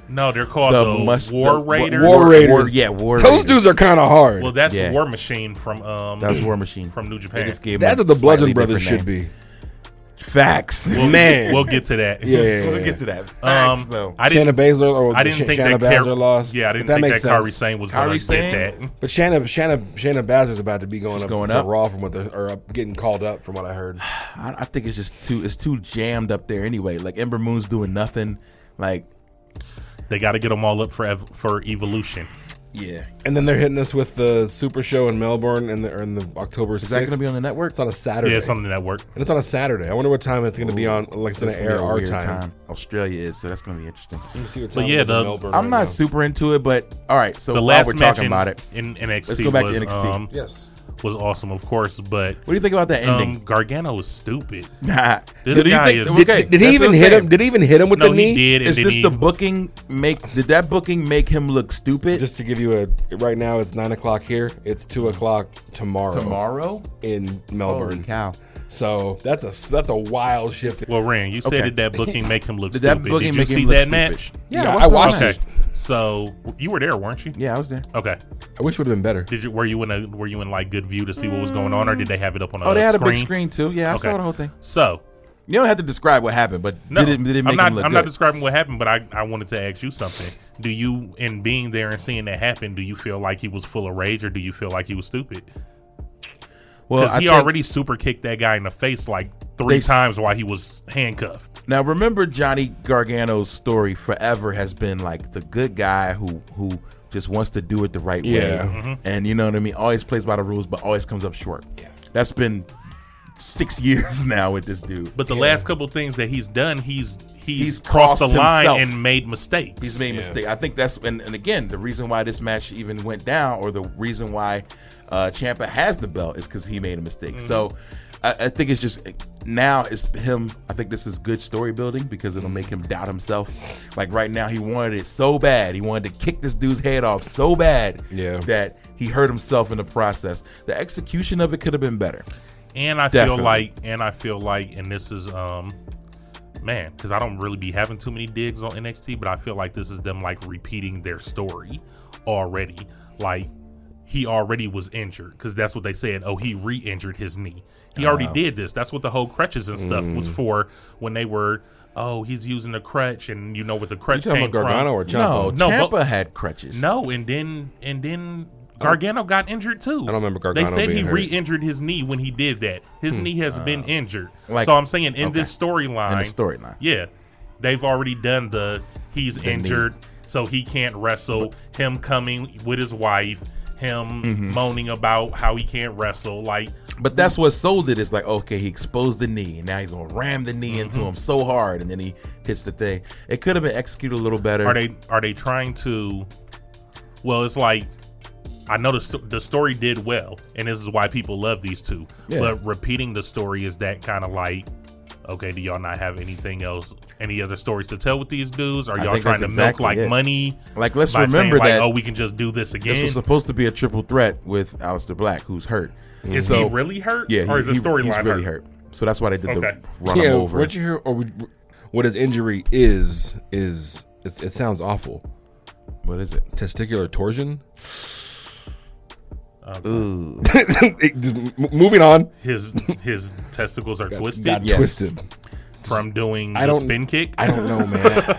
No, they're called The the, must- the- War wa- Raiders. uh, War Raiders. War, yeah, War. Those Raiders. dudes are kind of hard. Well, that's Yeah. War Machine from um That was War Machine from New They Japan. just gave him that's a what the Bludgeon slightly Brothers different should name. be. Facts. we'll, Man. we'll get to (laughs) that. Yeah, yeah, We'll yeah. get to that. Um, Facts, though. I Shanna didn't. Baszler or I didn't Shan- think Shanna that Car- Baszler lost. Yeah, But I didn't that think makes that Kairi sense. Sane was Kairi going to get Sane? that. But Shanna Shanna Shanna Baszler's about to be going up going to up. Raw from what they're or up, getting called up from what I heard. I, I think it's just too it's too jammed up there anyway. Like Ember Moon's doing nothing. Like They got to get them all up for ev- for Evolution. yeah, And then they're hitting us with the Super Show in Melbourne in the, or in the October is that going to be on the network? It's on a Saturday. Yeah, it's on the network. and it's on a Saturday. I wonder what time it's going to be on. Like it's going to It's gonna be air a our weird time. Australia is, so that's going to be interesting. Let me see what So time it yeah, is in the- Melbourne I'm right not now. super into it, but all right. So The while last Oh, we're match talking in, about it, in NXT Let's go back to was NXT. um, Yes. was awesome, of course, but what do you think about that ending? (laughs) um, Gargano was stupid. nah, This So do you guy think- is- okay, Did that's he what even I'm hit saying. him? Did he even hit him with No, the he knee? did. And Is then this he, the booking make? Did that booking make him look stupid Just to give you a right now, it's nine o'clock here. It's two o'clock tomorrow, tomorrow? in Holy Melbourne. cow! So that's a that's a wild shift. Well, Rand, you said Okay. did that booking make him look Did (laughs) that stupid? booking did you make see him look that stupid? match? Yeah, Yeah, what's I the watched match? it. Okay, so you were there, weren't you? Yeah, I was there. Okay. I wish it would have been better. Did you were you in a were you in like good view to see what was going on, or did they have it up on? Oh, they had a Uh, screen? big screen too. Yeah, I Okay. saw the whole thing. So You don't have to describe what happened, but no, did it, did it I'm make not. him look I'm good? not describing what happened, but I, I wanted to ask you something. Do you, in being there and seeing that happen, do you feel like he was full of rage, or do you feel like he was stupid? well, Because I he think- already super kicked that guy in the face like three They s- times while he was handcuffed. Now remember Johnny Gargano's story forever has been like the good guy who who just wants to do it the right Yeah. way. And you know what I mean? Always plays by the rules but always comes up short. Yeah. That's been 6 (laughs) years now with this dude. But the last couple things that he's done, he's he's, He's crossed, the crossed line himself. and made mistakes. He's made Yeah. mistake. I think that's and, and again the reason why this match even went down, or the reason why uh, Champa has the belt is because he made a mistake. So I, I think it's just now it's him. I think this is good story building because it'll make him doubt himself. Like right now, he wanted it so bad. He wanted to kick this dude's head off so bad Yeah. that he hurt himself in the process. The execution of it could have been better. and I Definitely. feel like, and I feel like, and this is um, man, because I don't really be having too many digs on NXT, but I feel like this is them like repeating their story already. Like he already was injured because that's what they said. Oh, he re-injured his knee. He already did this. That's what the whole crutches and stuff was for when they were. Oh, he's using a crutch, and you know what the crutch talking came about Gargano from. or Ciampa? No, No, but- Champa had crutches. No, and then and then Gargano got injured too. I don't remember They Gargano said he being hurt. re-injured his knee when he did that. His knee has been injured. Like- so I'm saying in okay. this storyline, storyline. yeah, They've already done the he's knee. injured, so he can't wrestle. Him coming with his wife, him moaning about how he can't wrestle. Like But that's what sold it. It's like, okay, he exposed the knee. and Now he's going to ram the knee Mm-hmm. into him so hard. And then he hits the thing. It could have been executed a little better. are they are they trying to? Well, it's like I know the sto- the story did well, and this is why people love these two. Yeah. But repeating the story is that kind of like. Okay, do y'all not have anything else, any other stories to tell with these dudes? Are I y'all think trying that's to exactly milk like it. money? Like, let's by saying, remember like, that oh, we can just do this again. this was supposed to be a triple threat with Aleister Black, who's hurt. Mm-hmm. Is he really hurt? Yeah, or is the he- he's storyline really hurt? hurt. So that's why they did Okay. the run him over. What you hear, or we- what his injury is, is it's, it sounds awful. what is it? Testicular torsion. Ooh. It (laughs) just- m- moving on. His his testicles are twisted Got Yes. twisted. from doing I the don't- spin kick. I don't know, man.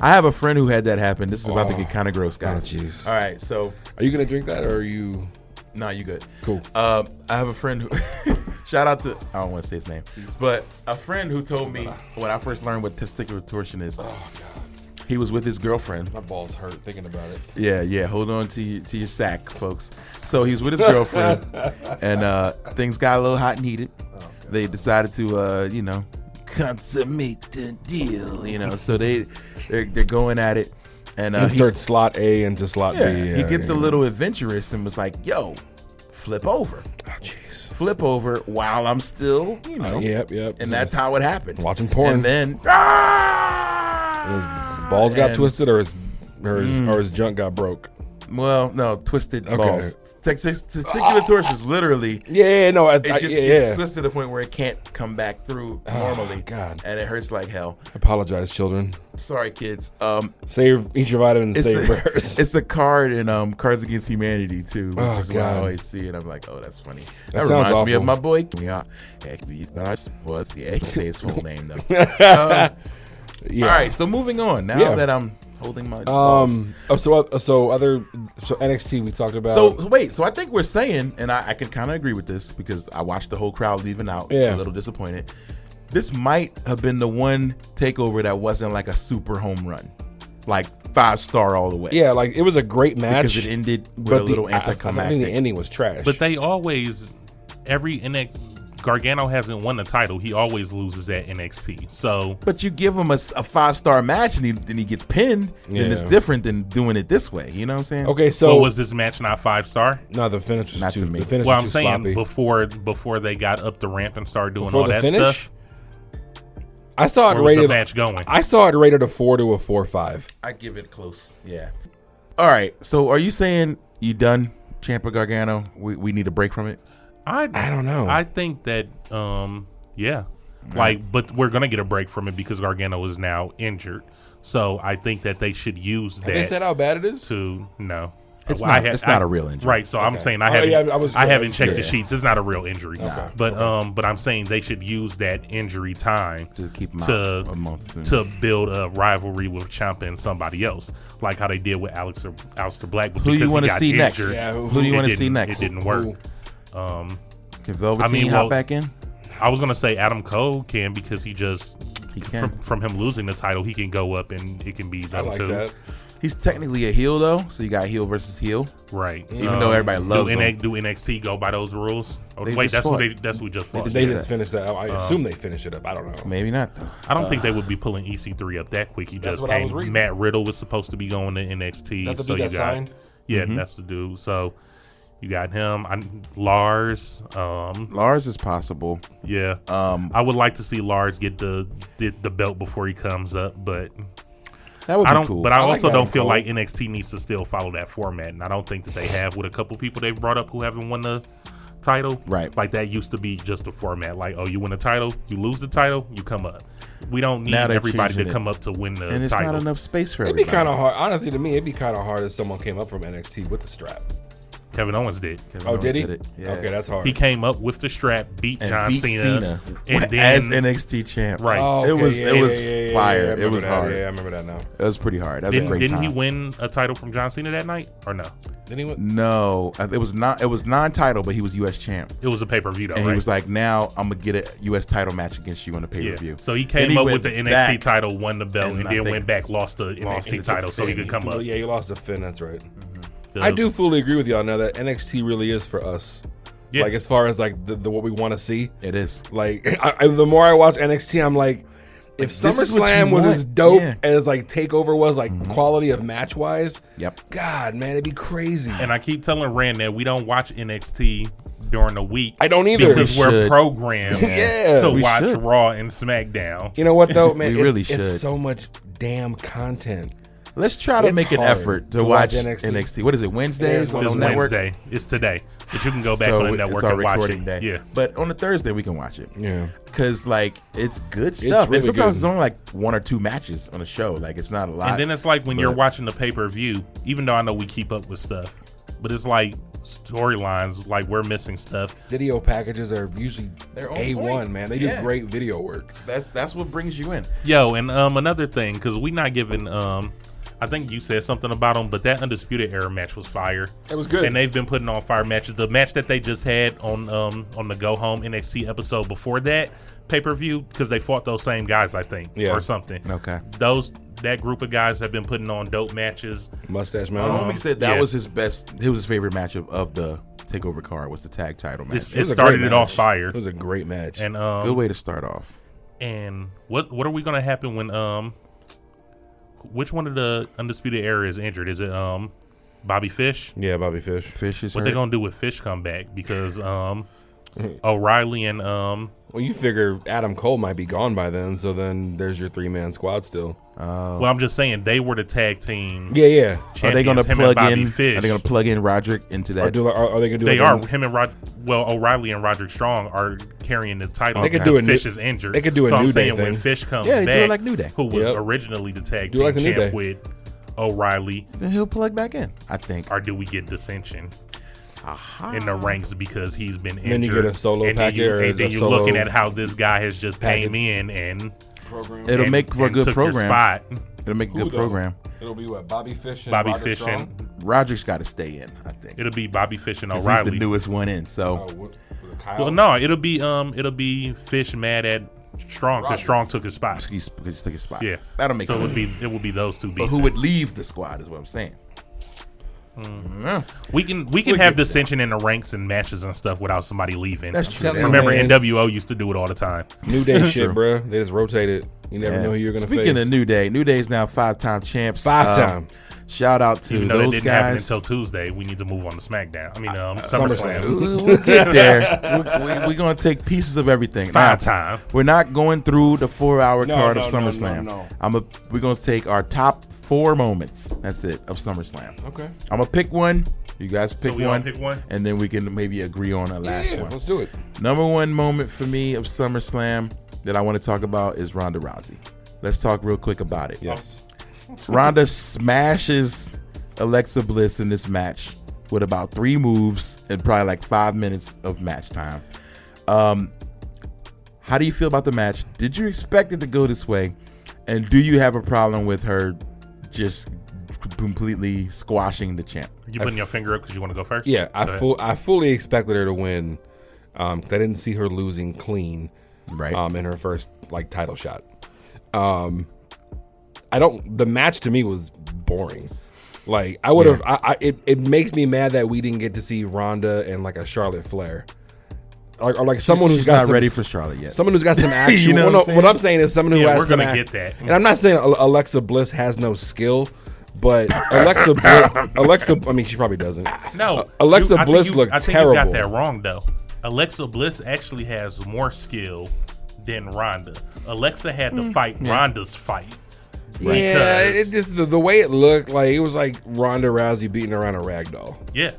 I have a friend who had that happen. This is about to get kind of gross, guys. Oh. jeez. All right, so (laughs) Are you gonna drink that, or are you? nah, you good. Cool. Uh, I have a friend who (laughs) shout out to I don't want to say his name, but a friend who told me when I first learned what testicular torsion is. Oh god, He was with his girlfriend. my balls hurt thinking about it. Yeah, yeah. Hold on to your, to your sack, folks. So he's with his girlfriend, (laughs) and uh, things got a little hot and heated. Oh, they decided to, uh, you know, consummate the deal. You know, so they they're, they're going at it, and uh, he, Insert slot A into slot yeah, B. he gets a little adventurous and was like, "Yo, flip over, Oh jeez. flip over," while I'm still, you know, Yep, yep. and that's how it happened. Watching porn. Ah! and then His balls got And- Mm. twisted, or his, or his, or his junk got broke. well, no, twisted Okay. balls. Tex- tex- Testicular torsion is literally. Yeah, yeah, no, I, It I, just yeah, gets yeah. Ah, twisted to the point where it can't come back through normally. God. And it hurts like hell. Apologize, children. Sorry, kids. Um, Save eat your vitamins, it's, save a, yours. (laughs) it's a card in um, Cards Against Humanity, too, which Oh, is why I God. always see it. I'm like, oh, that's funny. That, sounds reminds me of awful. my boy. Yeah. Actually, he's not- was- yeah, I can say his full name, (laughs) though. Um, (laughs) yeah. All right, so moving on. Now Yeah. that I'm holding my. balls. Um. Oh, so uh, so other so NXT we talked about. So wait, so I think we're saying, and I, I can kind of agree with this because I watched the whole crowd leaving out, Yeah. a little disappointed. This might have been the one takeover that wasn't like a super home run, like five star all the way. yeah, like it was a great match. because it ended with but a little the, I- I, think the anticlimactic. ending was trash. but they always every NXT Gargano hasn't won the title. He always loses at NXT. So but you give him a, five star match and he, then he gets pinned, then it's Yeah. different than doing it this way. You know what I'm saying? okay, so so was this match not five star? no, the finish was Not to too. me. The finish Well, was I'm too saying sloppy. before before they got up the ramp and started doing Before all the that finish, stuff. I saw it Where was the rated. match going? I saw it rated a four to a four five. I give it close. Yeah. All right. So are you saying you done, Champa Gargano? We we need a break from it. I I don't know. I think that um yeah. Like but we're gonna get a break from it because Gargano is now injured. So I think that they should use that They said how bad it is. to no. It's I not- it's not a a real injury. right? So I'm saying I Oh, haven't, yeah, I was- I haven't checked the yeah. sheets. It's not a real injury, but um, but I'm saying they should use that injury time To keep him to out a month. to build a rivalry with Ciampa and somebody else, like how they did with Alex or Alistair Black. But Who you because he wanna got see next? injured, Yeah, who- Who do you it want to didn't- see next? It didn't work. Can Velveteen I mean, hop well- back in? I was gonna say Adam Cole can because he just He can. from, from him losing the title, he can go up and it can be I them like two. that. He's technically a heel though, so you got heel versus heel. Right. Um, Even though everybody loves do, him. do NXT go by those rules? Oh, They wait, just that's fought. what they that's what just fought. just They Yeah. just finished that. Um, I assume they finished it up. I don't know. Maybe not though. I don't think they would be pulling EC3 up that quick. He just what I was came. reading. Matt Riddle was supposed to be going to NXT, That the so dude you that got signed? yeah, Mm-hmm. that's the dude. So you got him. I Lars. Um, Lars is possible. yeah. Um, I would like to see Lars get the the, the belt before he comes up, but That would I be don't. cool. But I I, like also Adam don't feel Cole. like NXT needs to still follow that format, and I don't think that they have with a couple people they brought up who haven't won the title. Right. Like that used to be just a format. Like, oh, you win a title, you lose the title, you come up. We don't need Now they're everybody to changing it. come up to win the and it's title. not enough space for It'd be everybody. kind of hard, honestly. To me, it'd be kind of hard if someone came up from NXT with the strap. Kevin Owens did. Kevin Oh, Owens did he? it. Yeah. Okay, that's hard. He came up with the strap, beat and John beat Cena, Cena, and as then NXT champ. Right. Oh, It was- it was fire. I It remember was that. hard. Yeah, I remember that now. That was pretty hard. That was a didn't, great didn't he time. win a title from John Cena that night or no? Then he went. No, uh, it was not. It was non-title, but he was U.S. champ, It was a pay per view though, and right? he was like, "Now I'm gonna get a U.S. title match against you on the yeah. pay-per-view." So he Then came up went with the NXT back. title, won the belt, and and, I then think went back, lost the lost NXT it to title, so he Finn. could come Oh up. yeah, he lost to Finn. That's right. The- I do fully agree with y'all now that NXT really is for us. Yeah. Like as far as like the, the what we want to see. It is. Like (laughs) I, I, the more I watch NXT, I'm like, if is what SummerSlam you was want. as dope Yeah. Mm-hmm. as like Takeover was, like quality of match wise. Yep. God, man, it'd be crazy. And I keep telling Rand that we don't watch NXT during the week. I don't either. because We we're should. programmed (laughs) Yeah. to We watch should. Raw and SmackDown. You know what (laughs) though, man? We it's, really It's should. so much damn content. Let's try to It's make an hard effort to, to watch watch, NXT. NXT. What is it? Wednesdays on It's the It's network. Wednesday. It's today, but you can go back So on the we- network it's our and watch recording it. day. Yeah, But on a Thursday we can watch it. Yeah. Cause like it's good stuff. really and sometimes good. it's only like one or two matches on a show. Like it's not a lot. and then it's like when you're but- watching the pay per view. Even though I know we keep up with stuff, but it's like storylines. Like we're missing stuff. Video packages are usually They're on a one, point. man. They Yeah. do great video work. that's that's what brings you in. Yo, and um, another thing, because we not giving um, I think you said something about them, but that undisputed era match was fire. It was good. and they've been putting on fire matches. The match that they just had on um on the go home NXT episode before that pay per view, because they fought those same guys, I think, Yeah. or something. Okay. those that group of guys have been putting on dope matches. Mustache My Mountain. homie said that Uh-huh. yeah. was his best. It was his favorite matchup of the takeover card was the tag title match. It's- It was it a great started it off match. fire. It was a great match. And Good um, way to start off. and what what are we gonna happen when um, which one of the undisputed era is injured? Is it um, Bobby Fish? yeah, Bobby Fish. Fish is What they hurt. gonna do with Fish come back? (laughs) Because um, O'Reilly and um, Well, you figure Adam Cole might be gone by then, so then there's your three man squad still. Oh. well, I'm just saying they were the tag team. Um, Yeah, yeah. Are they champions, going to him and plug Bobby in? Fish. Are they going to plug in Roderick into Or that? do, are, are they gonna do? They like are a- him and Rod. Well, O'Reilly and Roger Strong are carrying the title. They could do a Fish new- is injured. they could do a so I'm New Day saying when thing. Fish comes Yeah, they do it back, like New Day. who was Yep. originally the tag Do team it like the New Day. champ with O'Reilly, then he'll plug back in. I think. or do we get dissension Aha. in the ranks because he's been injured? then you get a solo and then packet you, or and a then you're solo looking at how this guy has just package. came in and program. It'll and- make for a and good took your program. spot. It'll make a good program. It'll be what Bobby Fish and Bobby Roderick Fish Strong? and Roderick's got to stay in. I think. it'll be Bobby Fish and 'Cause He's the O'Reilly. newest one in. So. Oh, what- with Kyle? well, no, it'll be um, it'll be Fish mad at Strong Roger. because Strong took his spot. He's, he just took his spot. Yeah, that'll make so sense. it would be it would be those two. but beefing. who would leave the squad is what I'm saying. Yeah. We can we can We'll have get to dissension in the ranks and matches and stuff without somebody leaving. That's true. telling That- you, Remember, Man. NWO used to do it all the time. New Day shit, True. bro. They just rotate it. You never yeah. know who you're gonna Speaking face. of New Day, New Day is now five time champs. Uh, Five-time. Shout out to Even though that those didn't happen guys. until Tuesday, we need to move on to SmackDown. I mean, um, SummerSlam. SummerSlam. We'll (laughs) we'll get there. We're gonna take pieces of everything. Five Now, time. We're not going through the four-hour No, card of no, no, SummerSlam. no, no. I'm a, we're gonna take our top four moments. That's it of SummerSlam. okay. I'm gonna pick one. You guys pick, we all one, pick one? and then we can maybe agree on a last Yeah, one. let's do it. Number one moment for me of SummerSlam that I want to talk about is Ronda Rousey. Let's talk real quick about it. Yes. Ronda smashes Alexa Bliss in this match with about three moves and probably like five minutes of match time. Um, how do you feel about the match? Did you expect it to go this way? And do you have a problem with her just completely squashing the champ? You putting your finger up because you want to go first? Yeah, Go I ahead. full I fully expected her to win. Um, 'cause I didn't see her losing clean. Right. um, in her first like title shot. Um, I don't. The match to me was boring. Like I would have. I, I it, it makes me mad that we didn't get to see Ronda and like a Charlotte Flair, or, or like someone who's She's got not some, ready for Charlotte yet. someone who's got some actual. know well, what no, what, I'm saying? I'm saying is someone who Yeah, has. we're some gonna ac- get that. And I'm not saying Al- Alexa Bliss has no skill, but Alexa, Bliss, Alexa. I mean, she probably doesn't. No, Uh, Alexa I think Bliss you- looked I think you terrible. got that wrong though. Alexa Bliss actually has more skill than Ronda. Alexa had to fight Ronda's fight. Mm. Yeah, Because- it just the, the way it looked like it was like Ronda Rousey beating around a rag doll. Yeah,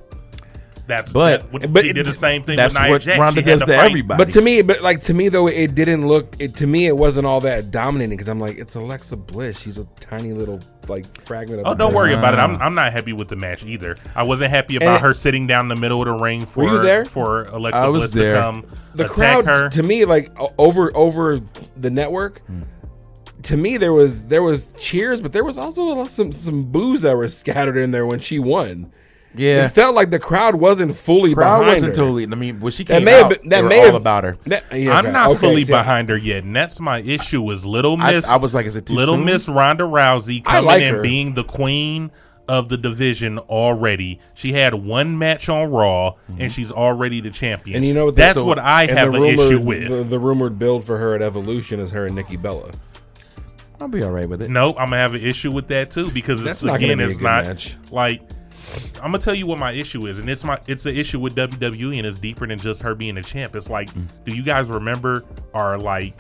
that's But- that, what- but she it- did the same thing. That's with Nia what Jax. Ronda She had does to fight- everybody. But to me, but like to me though, it didn't look. It to me, it wasn't all that dominating because I'm like, it's Alexa Bliss. She's a tiny little like fragment of. Oh, a don't person. worry about it. I'm, I'm not happy with the match either. I wasn't happy about it- her sitting down in the middle of the ring for Were you there? for Alexa I was Bliss there. to come The attack crowd her. to me, like o- over over the network. Hmm. To me, there was there was cheers, but there was also a lot- some some boos that were scattered in there when she won. Yeah. It felt like the crowd wasn't fully Crowd behind wasn't her. totally. I mean, when she That came may have out, been- that they were may all have- about her. That- yeah, I'm okay, not okay, fully see, behind her yet, and that's my issue. Is Little I, Miss? I was like, is it too Little soon? Miss Ronda Rousey I coming like and her. being the queen of the division already. She had one match on Raw, and she's already the champion. Mm-hmm. And you know what? That's so- what I and have the an rumored- issue with. The, the rumored build for her at Evolution is her and Nikki Bella. I'll be all right with it. No, I'm gonna have an issue with that too because That's it's not gonna again, be a it's good not match. like I'm gonna tell you what my issue is, and it's my it's an issue with WWE, and it's deeper than just her being a champ. It's like, Mm. do you guys remember our like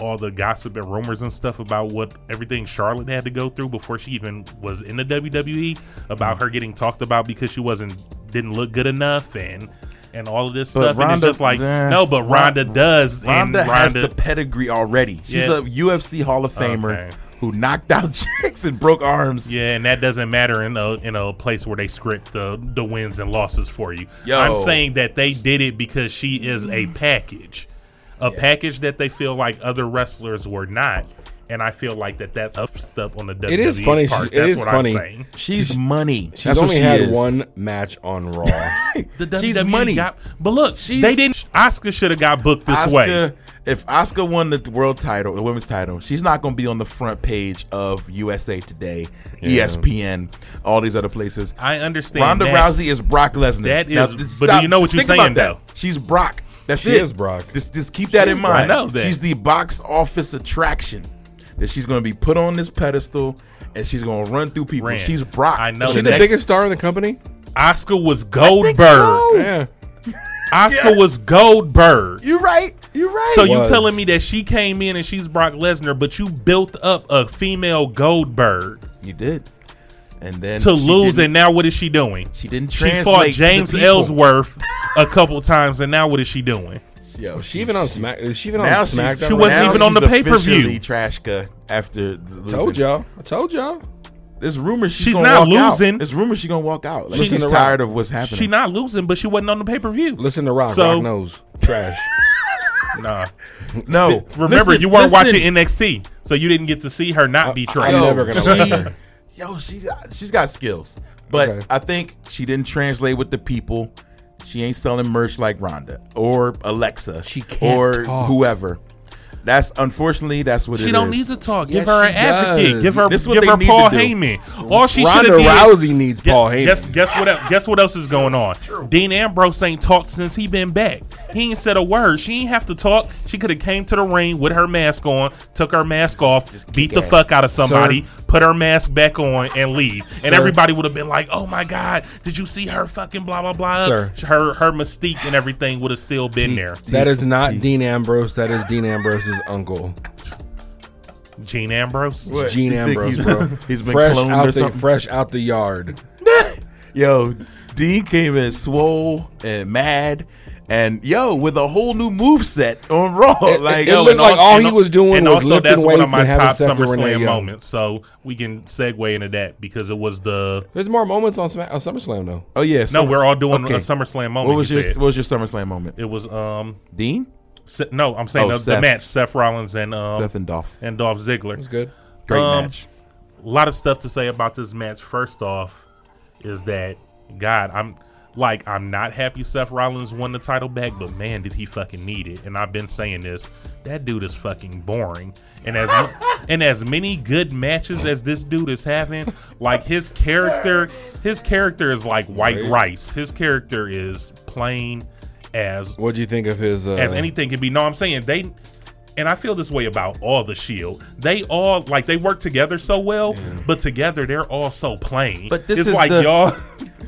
all the gossip and rumors and stuff about what everything Charlotte had to go through before she even was in the WWE Mm. about her getting talked about because she wasn't didn't look good enough and and all of this But stuff, and Ronda- it's just like nah. no, but Ronda does, and Ronda has Ronda- the pedigree already. She's Yeah. a UFC Hall of Famer Okay. who knocked out (laughs) chicks and broke arms. Yeah, and that doesn't matter in a in a place where they script the the wins and losses for you. Yo. I'm saying that they did it because she is a package, a package that they feel like other wrestlers were not, and I feel like that that's effed up on the WWE. It is funny. She- Part. it that's is what funny. I'm saying. She's money. She's That's what only she had is. one match on (laughs) Raw. The She's WWE money. got- but look, She's- they didn't. Oscar should have got booked this way. Asuka, if Oscar won the world title, the women's title, she's not going to be on the front page of USA Today, E ESPN, all these other places. I understand. Ronda that. Rousey is Brock Lesnar. That Now, is- th- but do you know what just you're think saying, about that. though? She's Brock. That's She it. is Brock. Just, just keep that in is Brock. mind. I know that. She's the box office attraction. That she's going to be put on this pedestal, and she's going to run through people. Ran. She's Brock. I know She's for that. the next- biggest star in the company. Oscar I was think Goldberg. so. Yeah. Oscar Yeah. was Goldberg. You right. You right. So you was. telling me that she came in and she's Brock Lesnar, but you built up a female Goldberg you did, and then to she lose, didn't- and now what is she doing? She didn't She translate. fought to the James people. Ellsworth (laughs) a couple times, and now what is she doing? Yo, Was she even on Smack? Is she even now on she's- SmackDown? She wasn't right now? now even on she's the pay-per-view. officially Trashka after the I told y'all. I told y'all. There's rumors she's, She's gonna not walk losing. Out. There's rumors she's gonna walk out. Like, Listen she's to Rock. tired of what's happening. She not losing, but she wasn't on the pay per view. Listen to Rock. So- Rock knows trash. Nah. no, Remember, Listen, you weren't listen. watching NXT, so you didn't get to see her not be trash. I'm never gonna she- like her. Yo, she's she's got skills, but Okay. I think she didn't translate with the people. She ain't selling merch like Rhonda or Alexa. She can't or talk. whoever. That's unfortunately that's what it She is. don't need to talk. Yes, Give her an she advocate. does. Give her This is what give they her need Paul to do. Heyman. All (laughs) she should Ronda have Rousey needs Gu- Paul Heyman. Guess, guess what? el- Guess what else is going on? Dean Ambrose ain't talked since he been back. He ain't said a word. She ain't have to talk. She could have came to the ring with her mask on, took her mask off, beat the ass. fuck out of somebody, put her mask back on, and leave. And everybody would have been like, "Oh my god, did you see her fucking blah blah blah?" Sir. Her her mystique and everything would have still been there. that is not Dean Ambrose. That is Dean Ambrose's uncle. Gene Ambrose. What? Gene You think Ambrose, he's- bro. he's been fresh cloned out or the, something? Fresh out the yard. Yo, Dean came in swole and mad, and yo with a whole new move set on (laughs) Raw. like it yo, looked and like also- all and he al- was doing and was also lifting that's one weights of my and having top sex with Renee SummerSlam Young. moments. So we can segue into that because it was the There's more moments on, Smack, on SummerSlam though. oh yeah, no, Summer- we're all doing okay. a SummerSlam moment. What was you your said. What was your SummerSlam moment? It was um Dean, Se- no, I'm saying Oh, the, Seth. the match Seth Rollins and um Seth, and Dolph. and Dolph Ziggler. It was good. Great Um, match. a lot of stuff to say about this match. First off, is that God, I'm like I'm not happy Seth Rollins won the title back, but man, did he fucking need it. And I've been saying this. That dude is fucking boring. And as (laughs) and as many good matches as this dude is having, like his character, his character is like white Right. rice. His character is plain as What do you think of his? Uh, as Uh-huh. anything can be. No, I'm saying they, and I feel this way about all the Shield. E They all like they work together so well, but together they're all so plain. But this it's is like the- (laughs) y'all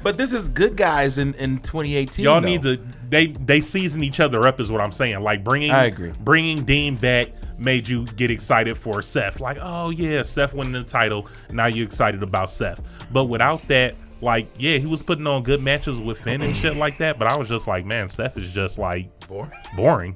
But this is good guys in, in 2018. y'all though. need to they they season each other up is what I'm saying. Like bringing I agree. bringing Dean back made you get excited for Seth. Like oh yeah, Seth winning the title. Now you're excited about Seth. But without that. Like yeah, he was putting on good matches with Finn and shit like that, but I was just like, man, Seth is just like Boring. (laughs) boring.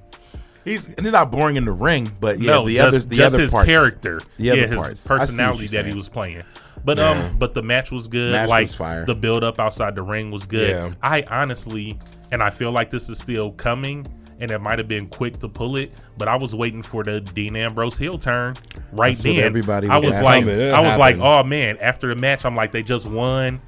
He's and they're not boring in the ring, but yeah, no, the just, other the just other his parts. character, The other yeah, his parts. I see what personality you're that he saying. was playing. But Yeah. um, but the match was good. Match like was fire. the build up outside the ring was good. Yeah. I honestly, and I feel like this is still coming, and it might have been quick to pull it, but I was waiting for the Dean Ambrose heel turn right That's what then. everybody I was was asking. like, Coming, it I was like, happened. oh man! After the match, I'm like, they just won.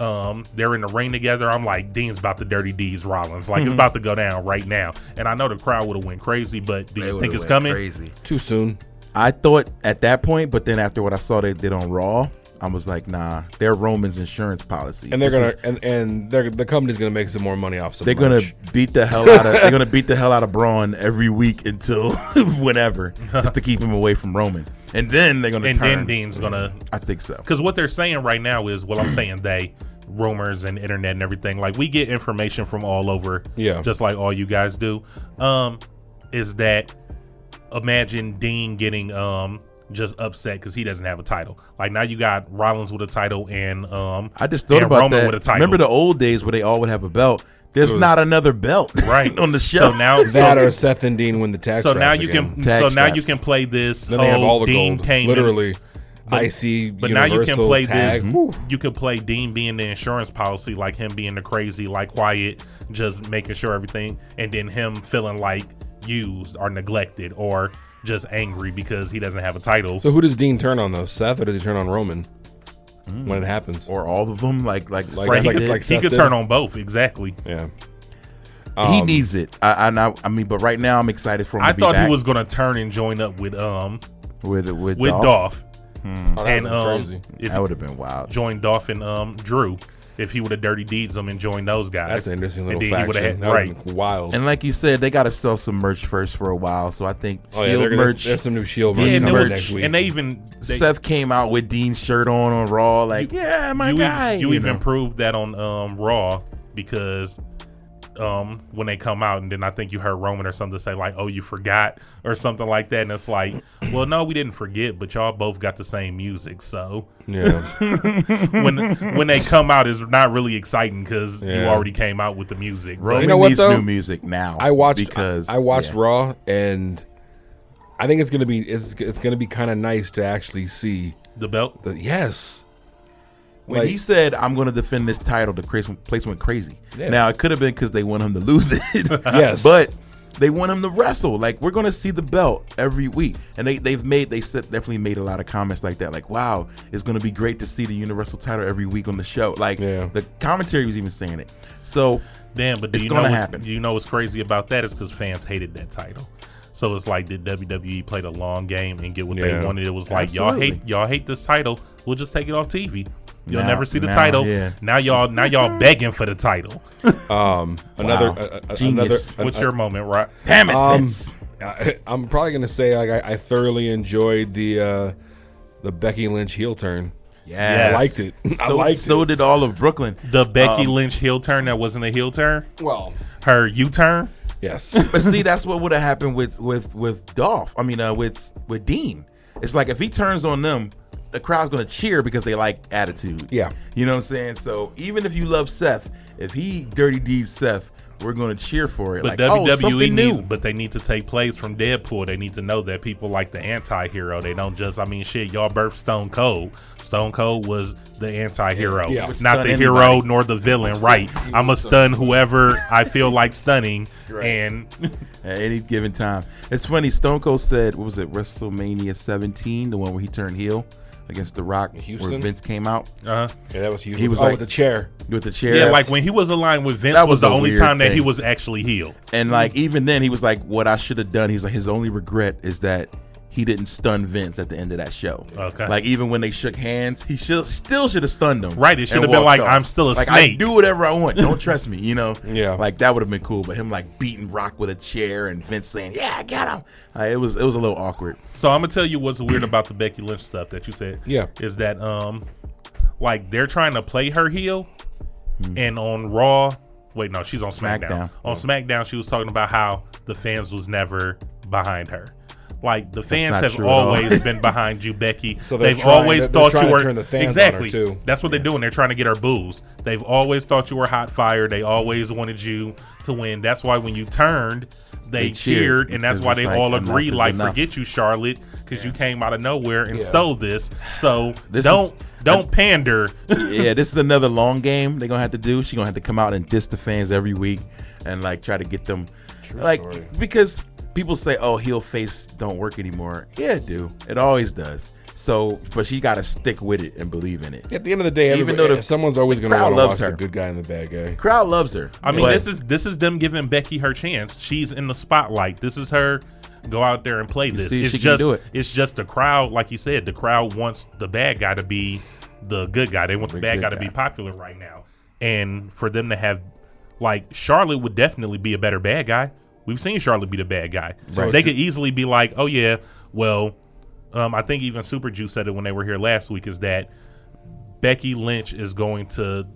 Um, they're in the ring together. I'm like, Dean's about to dirty D's Rollins. Like Mm-hmm. it's about to go down right now. And I know the crowd would have went crazy, but do They you would've think it's went coming? Crazy. Too soon. I thought at that point, but then after what I saw they did on Raw, I was like, nah, they're Roman's insurance policy, And they're This gonna is- and, and they're, the company's gonna make some more money off some. they're gonna (laughs) merch. beat the hell out of they're gonna beat the hell out of Braun every week until (laughs) whenever, just to keep him away from Roman, and then they're gonna And turn. then Dean's gonna I think so. Because what they're saying right now is, well, I'm saying they rumors and internet and everything. Like we get information from all over, Yeah. just like all you guys do. Um, is that imagine Dean getting um just upset because he doesn't have a title? Like now you got Rollins with a title and um I just thought and about Roman that. with a title. Remember the old days where they all would have a belt? There's Dude. not another belt (laughs) Right. on the show. so now that so, or Seth and Dean win the tax. so now wraps you again. can (laughs) Tag so now straps. you can play this. Then they have oh, all the Dean gold, came in- literally. icy, But now you can universal play tag. this. Whew. You can play Dean being the insurance policy, like him being the crazy, like quiet, just making sure everything, and then him feeling like used or neglected or just angry because he doesn't have a title. So who does Dean turn on though? Seth or does he turn on Roman when it happens? Mm. or all of them, like like Like- right? Seth He like- could, did. like- he Seth could did. turn on both exactly. yeah. he Um, needs it. I, I know- I mean, but right now I'm excited for him. I to thought be back he was gonna turn and join up with um with with, with Dolph. Dolph, Mm. oh, that would've and been um crazy. if That he would have been wild. joined Dolph and um Drew. If he would have dirty deeds them and joined those guys, that's an interesting And little then he would've faction. had- That would've right? been wild. And like you said, they got to sell some merch first for a while. So I think oh, yeah, Shield they're gonna- merch. There's some new Shield Yeah, merch and, coming they were- next week. and they even they, Seth came out with Dean's shirt on on Raw, like yeah, my you, guy. Even, you, even know. proved that on um, Raw because um, when they come out, and then I think you heard Roman or something say like, "Oh, you forgot" or something like that, and it's like, "Well, no, we didn't forget, but y'all both got the same music, so yeah, when when they come out is not really exciting because you Yeah. already came out with the music." Roman know what, needs though? new music now. I watched because I, I watched yeah. Raw, and I think it's gonna be it's it's gonna be kind of nice to actually see The belt, the yes. when like- he said, "I'm going to defend this title." The craze- place went crazy. Yeah. Now it could have been because they want him to lose it. (laughs) (laughs) Yes. but they want him to wrestle. Like we're going to see the belt every week, and they they've made they said definitely made a lot of comments like that. Like, wow, it's going to be great to see the Universal title every week on the show. Like Yeah. the commentary was even saying it. So damn! But do It's you know gonna what- happen. You know what's crazy about that is because fans hated that title. So it's like did WWE play the long game and get what Yeah. they wanted? It was like Absolutely. y'all hate y'all hate this title. We'll just take it off TV. You'll Now- never see the now, title. yeah. Now y'all (laughs) now y'all begging for the title. Um, another Wow. a- a- a- another Genius. a- What's your moment, right? damn it, Um, Vince. I, (laughs) I'm probably gonna say like I, I thoroughly enjoyed the uh, the Becky Lynch heel turn. Yeah, Yes. I liked it. (laughs) I So, liked so it. did all of Brooklyn. The um, Becky Lynch heel turn that wasn't a heel turn. Well, Her U turn. (laughs) yes, But see, that's what would have happened with with with Dolph. I mean, uh, with with Dean. It's like if he turns on them, the crowd's gonna cheer because they like attitude. Yeah. you know what I'm saying. So even if you love Seth, if he dirty deeds Seth, we're gonna cheer for it. But like, oh, WWE something need- new. but they need to take plays from Deadpool. They need to know that people like the anti-hero. They don't just I mean shit, y'all birthed Stone Cold. Stone Cold was the anti-hero. Yeah, would not stun the hero anybody. nor the villain, right? would I'm going to stun whoever I feel like stunning and at any given time. It's funny. Stone Cold said, "What was it? WrestleMania 17, the one where he turned heel against The Rock, where Houston? Vince came out uh yeah, that was huge. He was oh, like- with the chair. with the chair." yeah, like when he was aligned with Vince That was was the a only weird time that he thing. was actually heel. And like even then, he was like, "What I should have done." He's like, his only regret is that he didn't stun Vince at the end of that show. Okay. Like even when they shook hands, he should still should have stunned him. Right, it should and have been walked like, "I'm still a like, I snake." do whatever I want. (laughs) Don't trust me. You know. Yeah. Like that would have been cool. But him like beating Rock with a chair and Vince saying, "Yeah, I got him." Like, it was it was a little awkward. So I'm gonna tell you what's weird about the Becky Lynch stuff that you said. Yeah. is that um, like they're trying to play her heel, Hmm. and on Raw, wait, no, she's on SmackDown. SmackDown. Oh. On SmackDown, she was talking about how the fans was never behind her. Like the fans not have true at all. always (laughs) been behind you, Becky. So they're they've trying- always they're thought trying you to were turn the fans on her, exactly. too. That's what they're doing. They're trying to get her booze. They've always thought you were hot fire. They always wanted you to win. That's why when you turned, they, They cheered cheered, and that's because why it's they like, all enough agreed, is like, enough. forget you, Charlotte, because you came out of nowhere and Yeah. stole this. So This don't is- don't pander. yeah, this is another long game they're gonna have to do. She's gonna have to come out and diss the fans every week and like try to get them like story. because people say, Oh, heel face don't work anymore. Yeah, it do. It always does. So, but she got to stick with it and believe in it. At the end of the day, Even even though though the someone's always going to crowd want to loves watch her. the good guy and the bad guy. Crowd loves her. I mean, but- this is this is them giving Becky her chance. She's in the spotlight. This is her. Go out there and play this. see if it's she can just do it. it's just the crowd, like you said, the crowd wants the bad guy to be the good guy. They want the, The bad good guy to guy. be popular right now, and for them to have like Charlotte would definitely be a better bad guy. We've seen Charlotte be the bad guy, so Right. they could easily be like, oh yeah, well, um, I think even Super Juice said it when they were here last week is that Becky Lynch is going to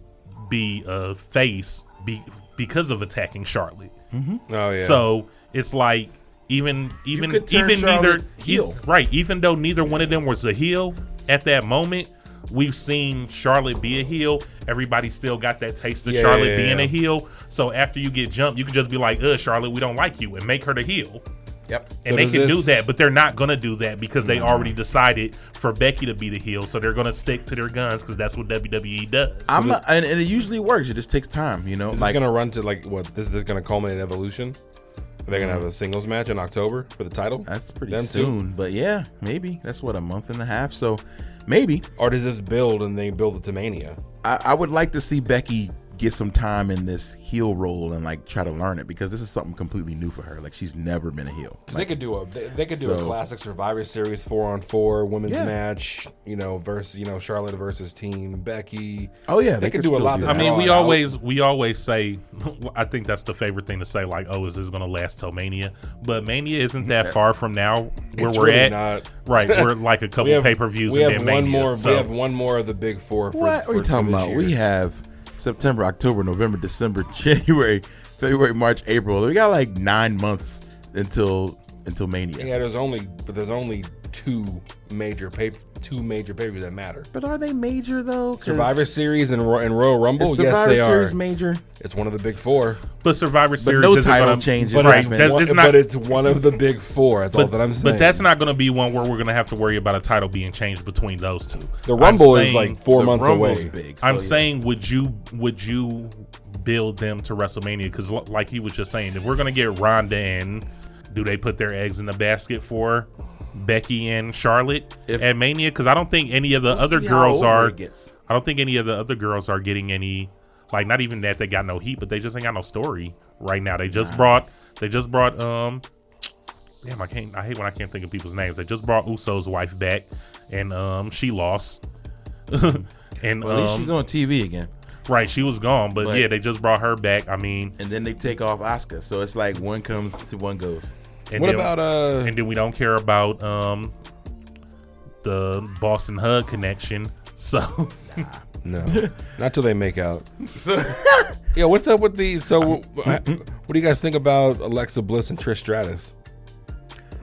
be a face be, because of attacking Charlotte. Oh yeah. So it's like even even could turn even neither Charlotte heel. e- right even though neither one of them was a heel at that moment. We've seen Charlotte be a heel. Everybody still got that taste of Yeah, Charlotte yeah, yeah, being yeah. a heel. So after you get jumped, you can just be like, "Uh, Charlotte, we don't like you," and make her the heel. Yep. And So they does can do this- Mm-hmm. that, but they're not going to do that because they already decided for Becky to be the heel. So they're going to stick to their guns because that's what WWE does. I'm not, and, and it usually works. It just takes time, you know. Is Like this gonna run to like what? This is gonna culminate in Evolution. Are they gonna have a singles match in October for the title? Mm. that's pretty Them two? soon, but yeah, maybe that's what a month and a half. So maybe Or does this build and they build it to Mania? I, I would like to see Becky get some time in this heel role and like try to learn it because this is something completely new for her. Like she's never been a heel. they could do a they, they could do a So- classic Survivor Series four on four women's Yeah. match. You know, versus you know Charlotte versus Team Becky. Oh, yeah, they, they could could do a still lot. do to that. I mean, draw we it out. always we always say, (laughs) I think that's the favorite thing to say, like, "Oh, is this going to last till Mania?" But Mania isn't that far from now where It's we're really at. not. Right, we're (laughs) like a we couple have pay per views. We and have then one Mania, more. So. We have one more of the big four. For, what for, are you for talking this about? year. We have September, October, November, December, (laughs) January, February, March, April. We got like nine months until until Mania. yeah. There's only but there's only two major pay two major pay that matter. But are they major though? 'Cause Survivor Series and, Ro- and Royal Rumble. Is yes, Survivor they Series are. major. it's one of the big four. but Survivor Series no isn't title gonna, changes But, has right, been- that's- one, it's not, but it's one of the big four. That's all that I'm saying. But that's not going to be one where we're going to have to worry about a title being changed between those two. the I'm Rumble is saying- like four The months Rumble's away. big, so I'm yeah. saying, would you would you build them to WrestleMania? Because like he was just saying, if we're gonna get Ronda in, do they put their eggs in the basket for Becky and Charlotte If- at Mania? Because I don't think any of the We'll other see how girls over are. it gets. I don't think any of the other girls are getting any. Like not even that they got no heat, but they just ain't got no story right now. They just brought they just brought um. Damn, I can't. I hate when I can't think of people's names. They just brought Uso's wife back, and um, she lost. (laughs) and Well, at least um, she's on TV again. Right, she was gone, but, But- yeah, they just brought her back. I mean, And then they take off Oscar, so it's like one comes to one goes. and What then, about uh? And then we don't care about um the Boston Hug connection. (laughs) So No, (laughs) not till they make out. (laughs) So Yeah, what's up with the? Um, So, wh- what mm-hmm. do you guys think about Alexa Bliss and Trish Stratus?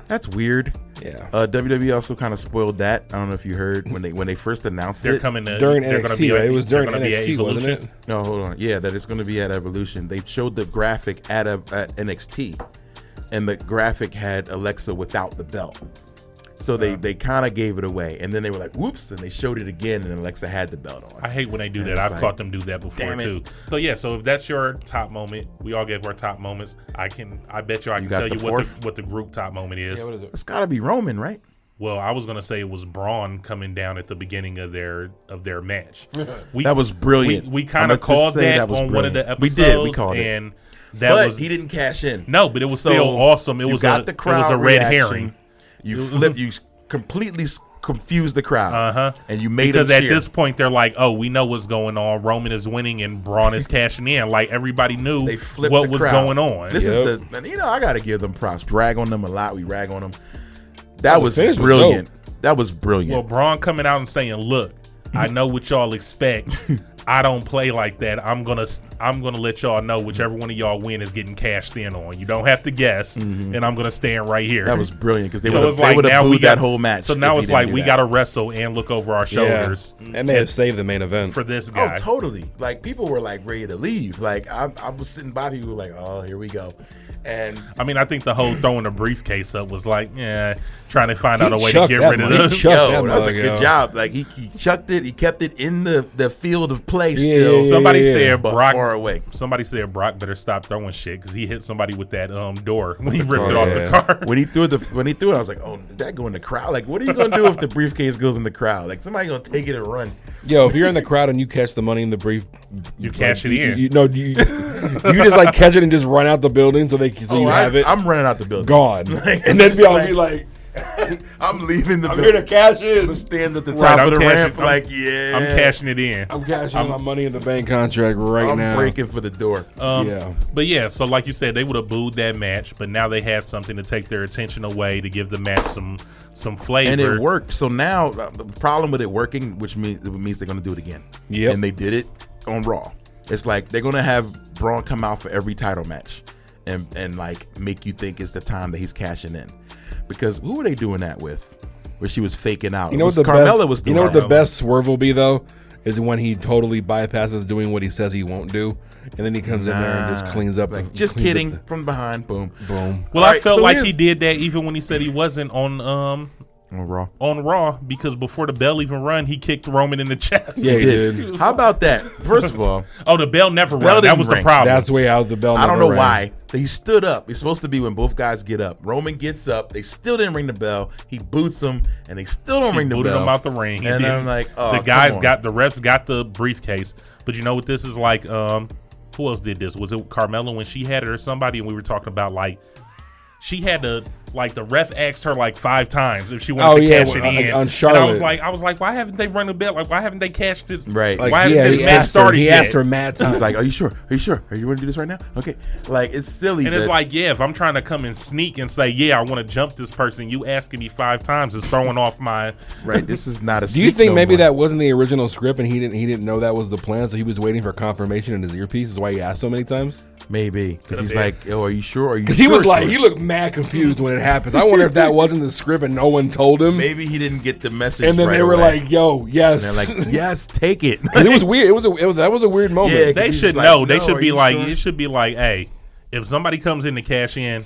that's weird. Yeah, Uh, WWE also kind of spoiled that. I don't know if you heard when they when they first announced they're it. coming to, during they're NXT, right? it was they're during gonna be at NXT, wasn't Evolution. it? No, hold on. Yeah, that it's going to be at Evolution. They showed the graphic at a, at NXT, and the graphic had Alexa without the belt. So Uh. they they kind of gave it away, and then they were like, "Whoops!" and they showed it again, and Alexa had the belt on. I hate when they do And that. it's I've like, caught them do that before damn it. too. So yeah, so if that's your top moment, we all gave our top moments. I can, I bet you, I can got tell the you what fourth? the, what the group top moment is. Yeah, what is it? it's got to be Roman, right? Well, I was gonna say it was Braun coming down at the beginning of their of their match. We, That was brilliant. We, we I'ma kind of just called say that, that was on one of the brilliant. We episodes. did, we called it. and That but was he didn't cash in. No, but it was still awesome. It you was got a- the it was crowd a red reaction. herring. You flip. You s- completely s- confused the crowd. Uh Uh-huh. And you made because them at cheer. this point they're like, "Oh, we know what's going on. Roman is winning, and (laughs) Braun is cashing in." Like everybody knew They flipped what the was crowd. going on. This is Yep. the and, you know I gotta give them props. Rag on them a lot. We rag on them. That was finish was brilliant. that was brilliant. Well, Braun coming out and saying, "Look, (laughs) I know what y'all expect. I don't play like that. I'm gonna, I'm gonna let y'all know whichever one of y'all win is getting cashed in on. You don't have to guess, and I'm gonna stand right here." Mm-hmm. that was brilliant because they So would it's have they would have booed that whole match. So if now he it's didn't like do we that. got to wrestle and look over our shoulders Yeah, that may have saved the main event. for this guy. Oh, totally! Like people were like ready to leave. Like I, I was sitting by people were like, "Oh, here we go," And I mean, I think the whole throwing a briefcase up was like, yeah, trying to find out a way to chucked get that rid of one. He this. chucked- yo, that that was a mug, good yo. job. Like he, he chucked it, he kept it in the, the field of play Yeah, still, yeah, Somebody yeah. said but Brock. far away. Somebody said Brock better stop throwing shit because he hit somebody with that um door when he ripped it car, off yeah. the car. (laughs) When he threw the when he threw it, I was like, oh, did that go in the crowd? Like, what are you gonna do if the briefcase goes in the crowd? Like, somebody gonna take it and run. Yo, if you're in the crowd and you catch the money in the brief, You cash like, it in. You, you, no, you you just like catch it and just run out the building so they can- so Oh, you I, have it I'm running out the building. gone, (laughs) Like- and then be all be like, I'm leaving the I'm here building. to cash in. to stand at the Right, top I'm of the cashing- ramp, I'm- like, yeah, I'm cashing it in. I'm cashing in my money in the bank contract right I'm now. breaking for the door. Um, Yeah. But yeah, so like you said, they would have booed that match, but now they had something to take their attention away to give the match some some flavor. and it worked. So now uh, the problem with it working, which means it means they're going to do it again. Yep. And they did it on Raw. It's like they're going to have Braun come out for every title match, and and like make you think it's the time that he's cashing in, because who were they doing that with? Where she was faking out. You know It what was the Carmella best, was You doing. know what the it. best swerve will be though is when he totally bypasses doing what he says he won't do, and then he comes in there and just Ah, cleans up. Like, the- just cleans up kidding. From behind, boom. the- boom. Well, All I right, felt so like here's- he did that even when he said he wasn't on um On Raw. on Raw because before the bell even run, he kicked Roman in the (laughs) chest. Yeah, he did. Did. How about that? First of all, Oh, the bell never Bell run. That didn't was the ring. problem. That's way out the bell. I don't never know rang. why. He stood up. It's supposed to be when both guys get up. Roman gets up. They still didn't ring the bell. He boots him, and they still don't ring the booted bell. him out the ring. And then I'm like, oh, the come guys on. got the refs got the briefcase. But you know what? This is like, um, who else did this? Was it Carmella when she had it, or somebody? And we were talking about like she had to like the ref asked her like five times if she wanted Oh, to yeah, cash it on- in. on And I was Charlotte. like, I was like, why haven't they run the bell? Like, why haven't they cashed this? Right. Like, why hasn't yeah, this he match asked her. started He yet? asked her (laughs) mad times. He's like, are you sure? Are you sure? Are you going to do this right now? Okay. Like it's silly. And it's that- like, yeah, if I'm trying to come and sneak and say, yeah, I want to jump this person, you asking me five times is throwing (laughs) off my. right. This is not a. Do you think maybe that wasn't the original script and he didn't he didn't know that was the plan, so he was waiting for confirmation in his earpiece? Is why he asked so many times. that maybe because he's been. like, oh, are you (laughs) sure? Are you? Because he sure, was like, sure? he looked mad confused when it happens. I wonder if that wasn't the script and no one told him. maybe he didn't get the message. and then right they were away. like, "Yo, yes." and they're (laughs) (laughs) like, yes, take it. 'Cause it was weird. It was a it was that was a weird moment. Yeah, 'cause They he's should like, know. They no, should are be you like, sure? it should be like, hey, if somebody comes in to cash in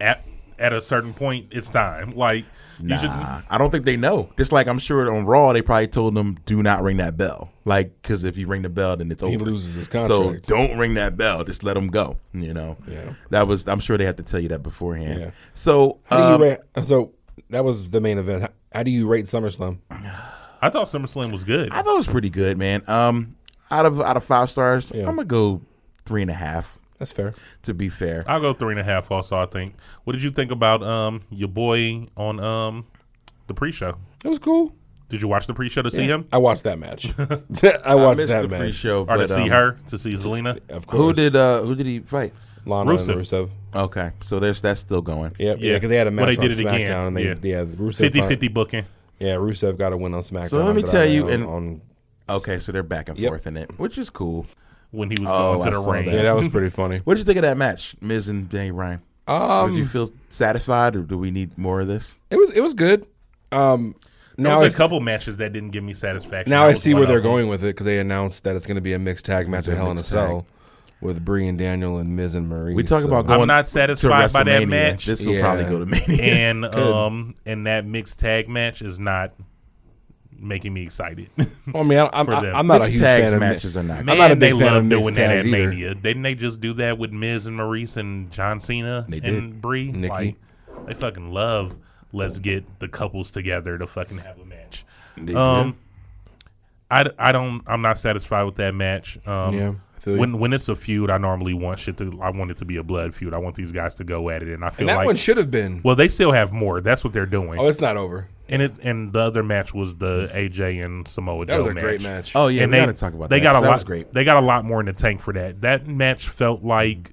at at a certain point, it's time. Like, you should. Nah, I don't think they know. Just like I'm sure on Raw, they probably told them, "Do not ring that bell," like because if you ring the bell, then it's over. loses his So contract. don't ring that bell. Just let them go. You know. Yeah. That was. I'm sure they had to tell you that beforehand. Yeah. So How um, do you rate- so that was the main event. How, how do you rate SummerSlam? I thought SummerSlam was good. I thought it was pretty good, man. Um, out of out of five stars, Yeah. I'm gonna go three and a half. That's fair. To be fair, I'll go three and a half. Also, I think. What did you think about um your boy on um the pre-show? It was cool. Did you watch the pre-show to see him I watched that (laughs) match. I watched missed that the match. pre-show, or but to see um, her to see Zelina? Of course. Who did uh, who did he fight? Lana and Rusev. Rusev? Okay, so there's that's still going. Yep. Yeah, Yeah. because they had a match Well, they on did it SmackDown, again. and they yeah, Yeah. Rusev 50 fin- 50 booking. Yeah, Rusev got a win on SmackDown. So let me but tell I- you, on- and- on- Okay, so they're back and Yep. forth in it, which is cool. when he was Oh, going to I the saw ring. yeah, that (laughs) was pretty funny. What did you think of that match, Miz and Daniel Bryan? Um, Did you feel satisfied, or do we need more of this? it was it was good. Um, There now I was s- a couple matches that didn't give me satisfaction. now That I was see one where they're of them. going (laughs) with it because they announced that it's going to be a mixed tag match at Hell in a mixed Cell with Brie and Daniel and Miz and Marie. We talk so- about I'm going. not to satisfied by that WrestleMania. match. This will Yeah. probably go to Mania. and um and that mixed tag match is not making me excited. (laughs) I mean, I, I'm, for them. I, am not a Mixed huge tags fan of matches are not I'm Man, not a they big fan love of doing mixed that tag at either. Mania. Didn't they just do that with Miz and Maurice and John Cena They and did. Brie? Nikki. Like they fucking love let's get the couples together to fucking have a match. Um I, d- I don't I'm not satisfied with that match. Um Yeah, I feel you. when when it's a feud, I normally want shit to I want it to be a blood feud. I want these guys to go at it and I feel And that like one should have been. well, they still have more. That's what they're doing. Oh, it's not over. And it and the other match was the AJ and Samoa That Joe was a match. great match. oh yeah, and we they got to talk about they that. got a 'cause lot. That was great. They got a lot more in the tank for that. That match felt like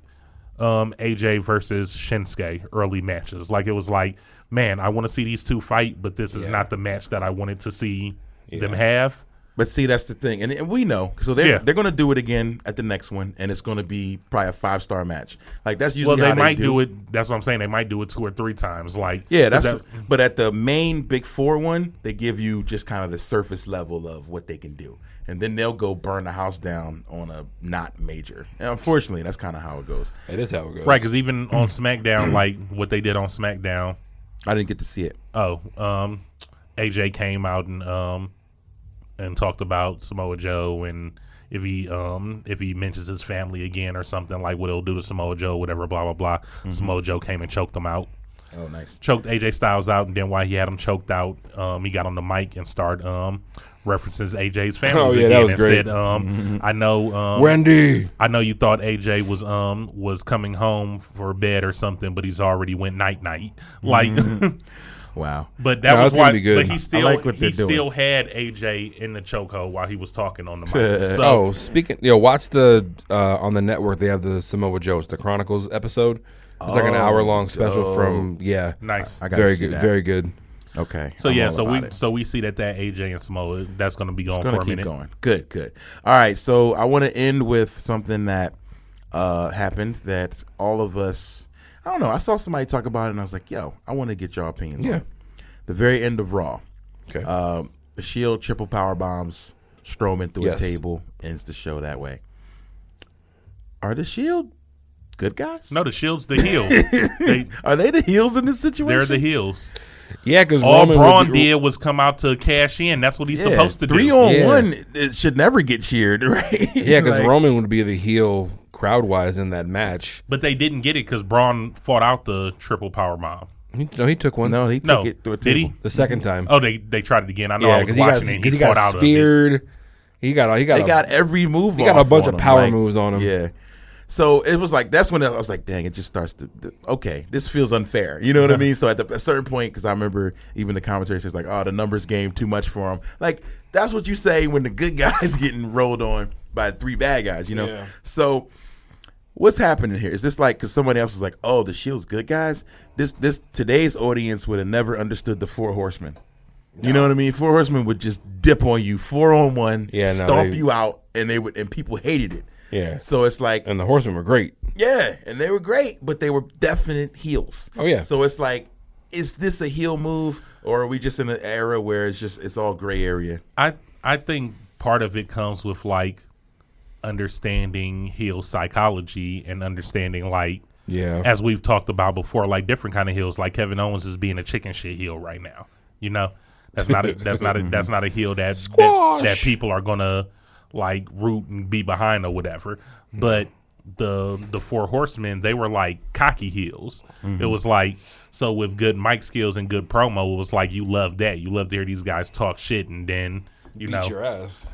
um, AJ versus Shinsuke early matches. Like it was like, man, I want to see these two fight, but this is not the match that I wanted to see them have. But see, that's the thing, and, and we know. So they're Yeah. they're gonna do it again at the next one, and it's gonna be probably a five star match. Like that's usually Well, they how might do. do. it. That's what I'm saying. They might do it two or three times. Like Yeah, that's. that- but at the main Big Four one, they give you just kind of the surface level of what they can do, and then they'll go burn the house down on a not major. And unfortunately, that's kind of how it goes. It is how it goes. right because even on SmackDown, like what they did on SmackDown, I didn't get to see it. oh, um, AJ came out and um and talked about Samoa Joe and if he um if he mentions his family again or something like what he'll do to Samoa Joe, whatever, blah blah blah. Mm-hmm. Samoa Joe came and choked him out. Oh, nice. choked AJ Styles out, and then while he had him choked out, um, he got on the mic and started um, references AJ's (laughs) family Oh, yeah, again that was and great. Mm-hmm. said, um, "I know, um, Wendy. I know you thought AJ was um was coming home for bed or something, but he's already went night night. Like, Mm-hmm. (laughs) Wow. but that No, was it's gonna why. be good. But I he still like what he they're doing. still had AJ in the chokehold while he was talking on (laughs) the mic. So Oh, speaking, yo, watch the uh, on the network. They have the Samoa Joe's the Chronicles episode. It's like an Oh, hour long special dope. from yeah, nice. I got very see good, that. very good. okay. so I'm yeah, all so about we it. so we see that that AJ and Samoa that's going to be going It's for gonna a keep minute. going. Good, good. All right, so I want to end with something that uh, happened that all of us. I don't know. I saw somebody talk about it, and I was like, "Yo, I want to get your opinions." on Yeah. it. The very end of Raw, Okay, um, the Shield triple power bombs Strowman through Yes. a table, ends the show that way. Are the Shield good guys? No, the Shield's (laughs) the heel. they, Are they the heels in this situation? they're the heels. yeah, because All Roman Braun would be- did was come out to cash in. That's what he's Yeah, supposed to three do. on Yeah. one it should never get cheered, (laughs) right? Yeah, because Like- Roman would be the heel crowd wise in that match. but they didn't get it because Braun fought out the triple power bomb. He, no, he took one. No, he No, took it through a did table. he? the second time. Oh, they they tried it again. I know yeah, I was he got, watching it. 'cause he He got fought out of it. speared. He got a- he got They a- got every move. They got a off bunch on of him, power like- moves on him. Yeah. So it was like that's when I was like, dang, it just starts to. th- okay, this feels unfair. You (laughs) know what I mean? So at the, a certain point, because I remember even the commentary says like, oh, the numbers game too much for him. Like that's what you say when the good (laughs) guys getting rolled on by three bad guys. You know. Yeah. So what's happening here? Is this like because somebody else was like, oh, the Shield's good guys? This this today's audience would have never understood the Four Horsemen. You know what I mean? Four Horsemen would just dip on you, four on one, Yeah, no, stomp they- you out, and they would, and people hated it. Yeah. So it's like, and the horsemen were great. yeah, and they were great, but they were definite heels. Oh, yeah. So it's like, is this a heel move, or are we just in an era where it's just it's all gray area? I I think part of it comes with like understanding heel psychology and understanding like Yeah. as we've talked about before, like different kind of heels. Like Kevin Owens is being a chicken shit heel right now. You know, that's not a, (laughs) that's not a, that's not a heel that, that that Squash. people are gonna like root and be behind or whatever. Mm. But the the four horsemen, they were like cocky heels. Mm-hmm. It was like so with good mic skills and good promo, it was like you love that. You love to hear these guys talk shit and then you know ass.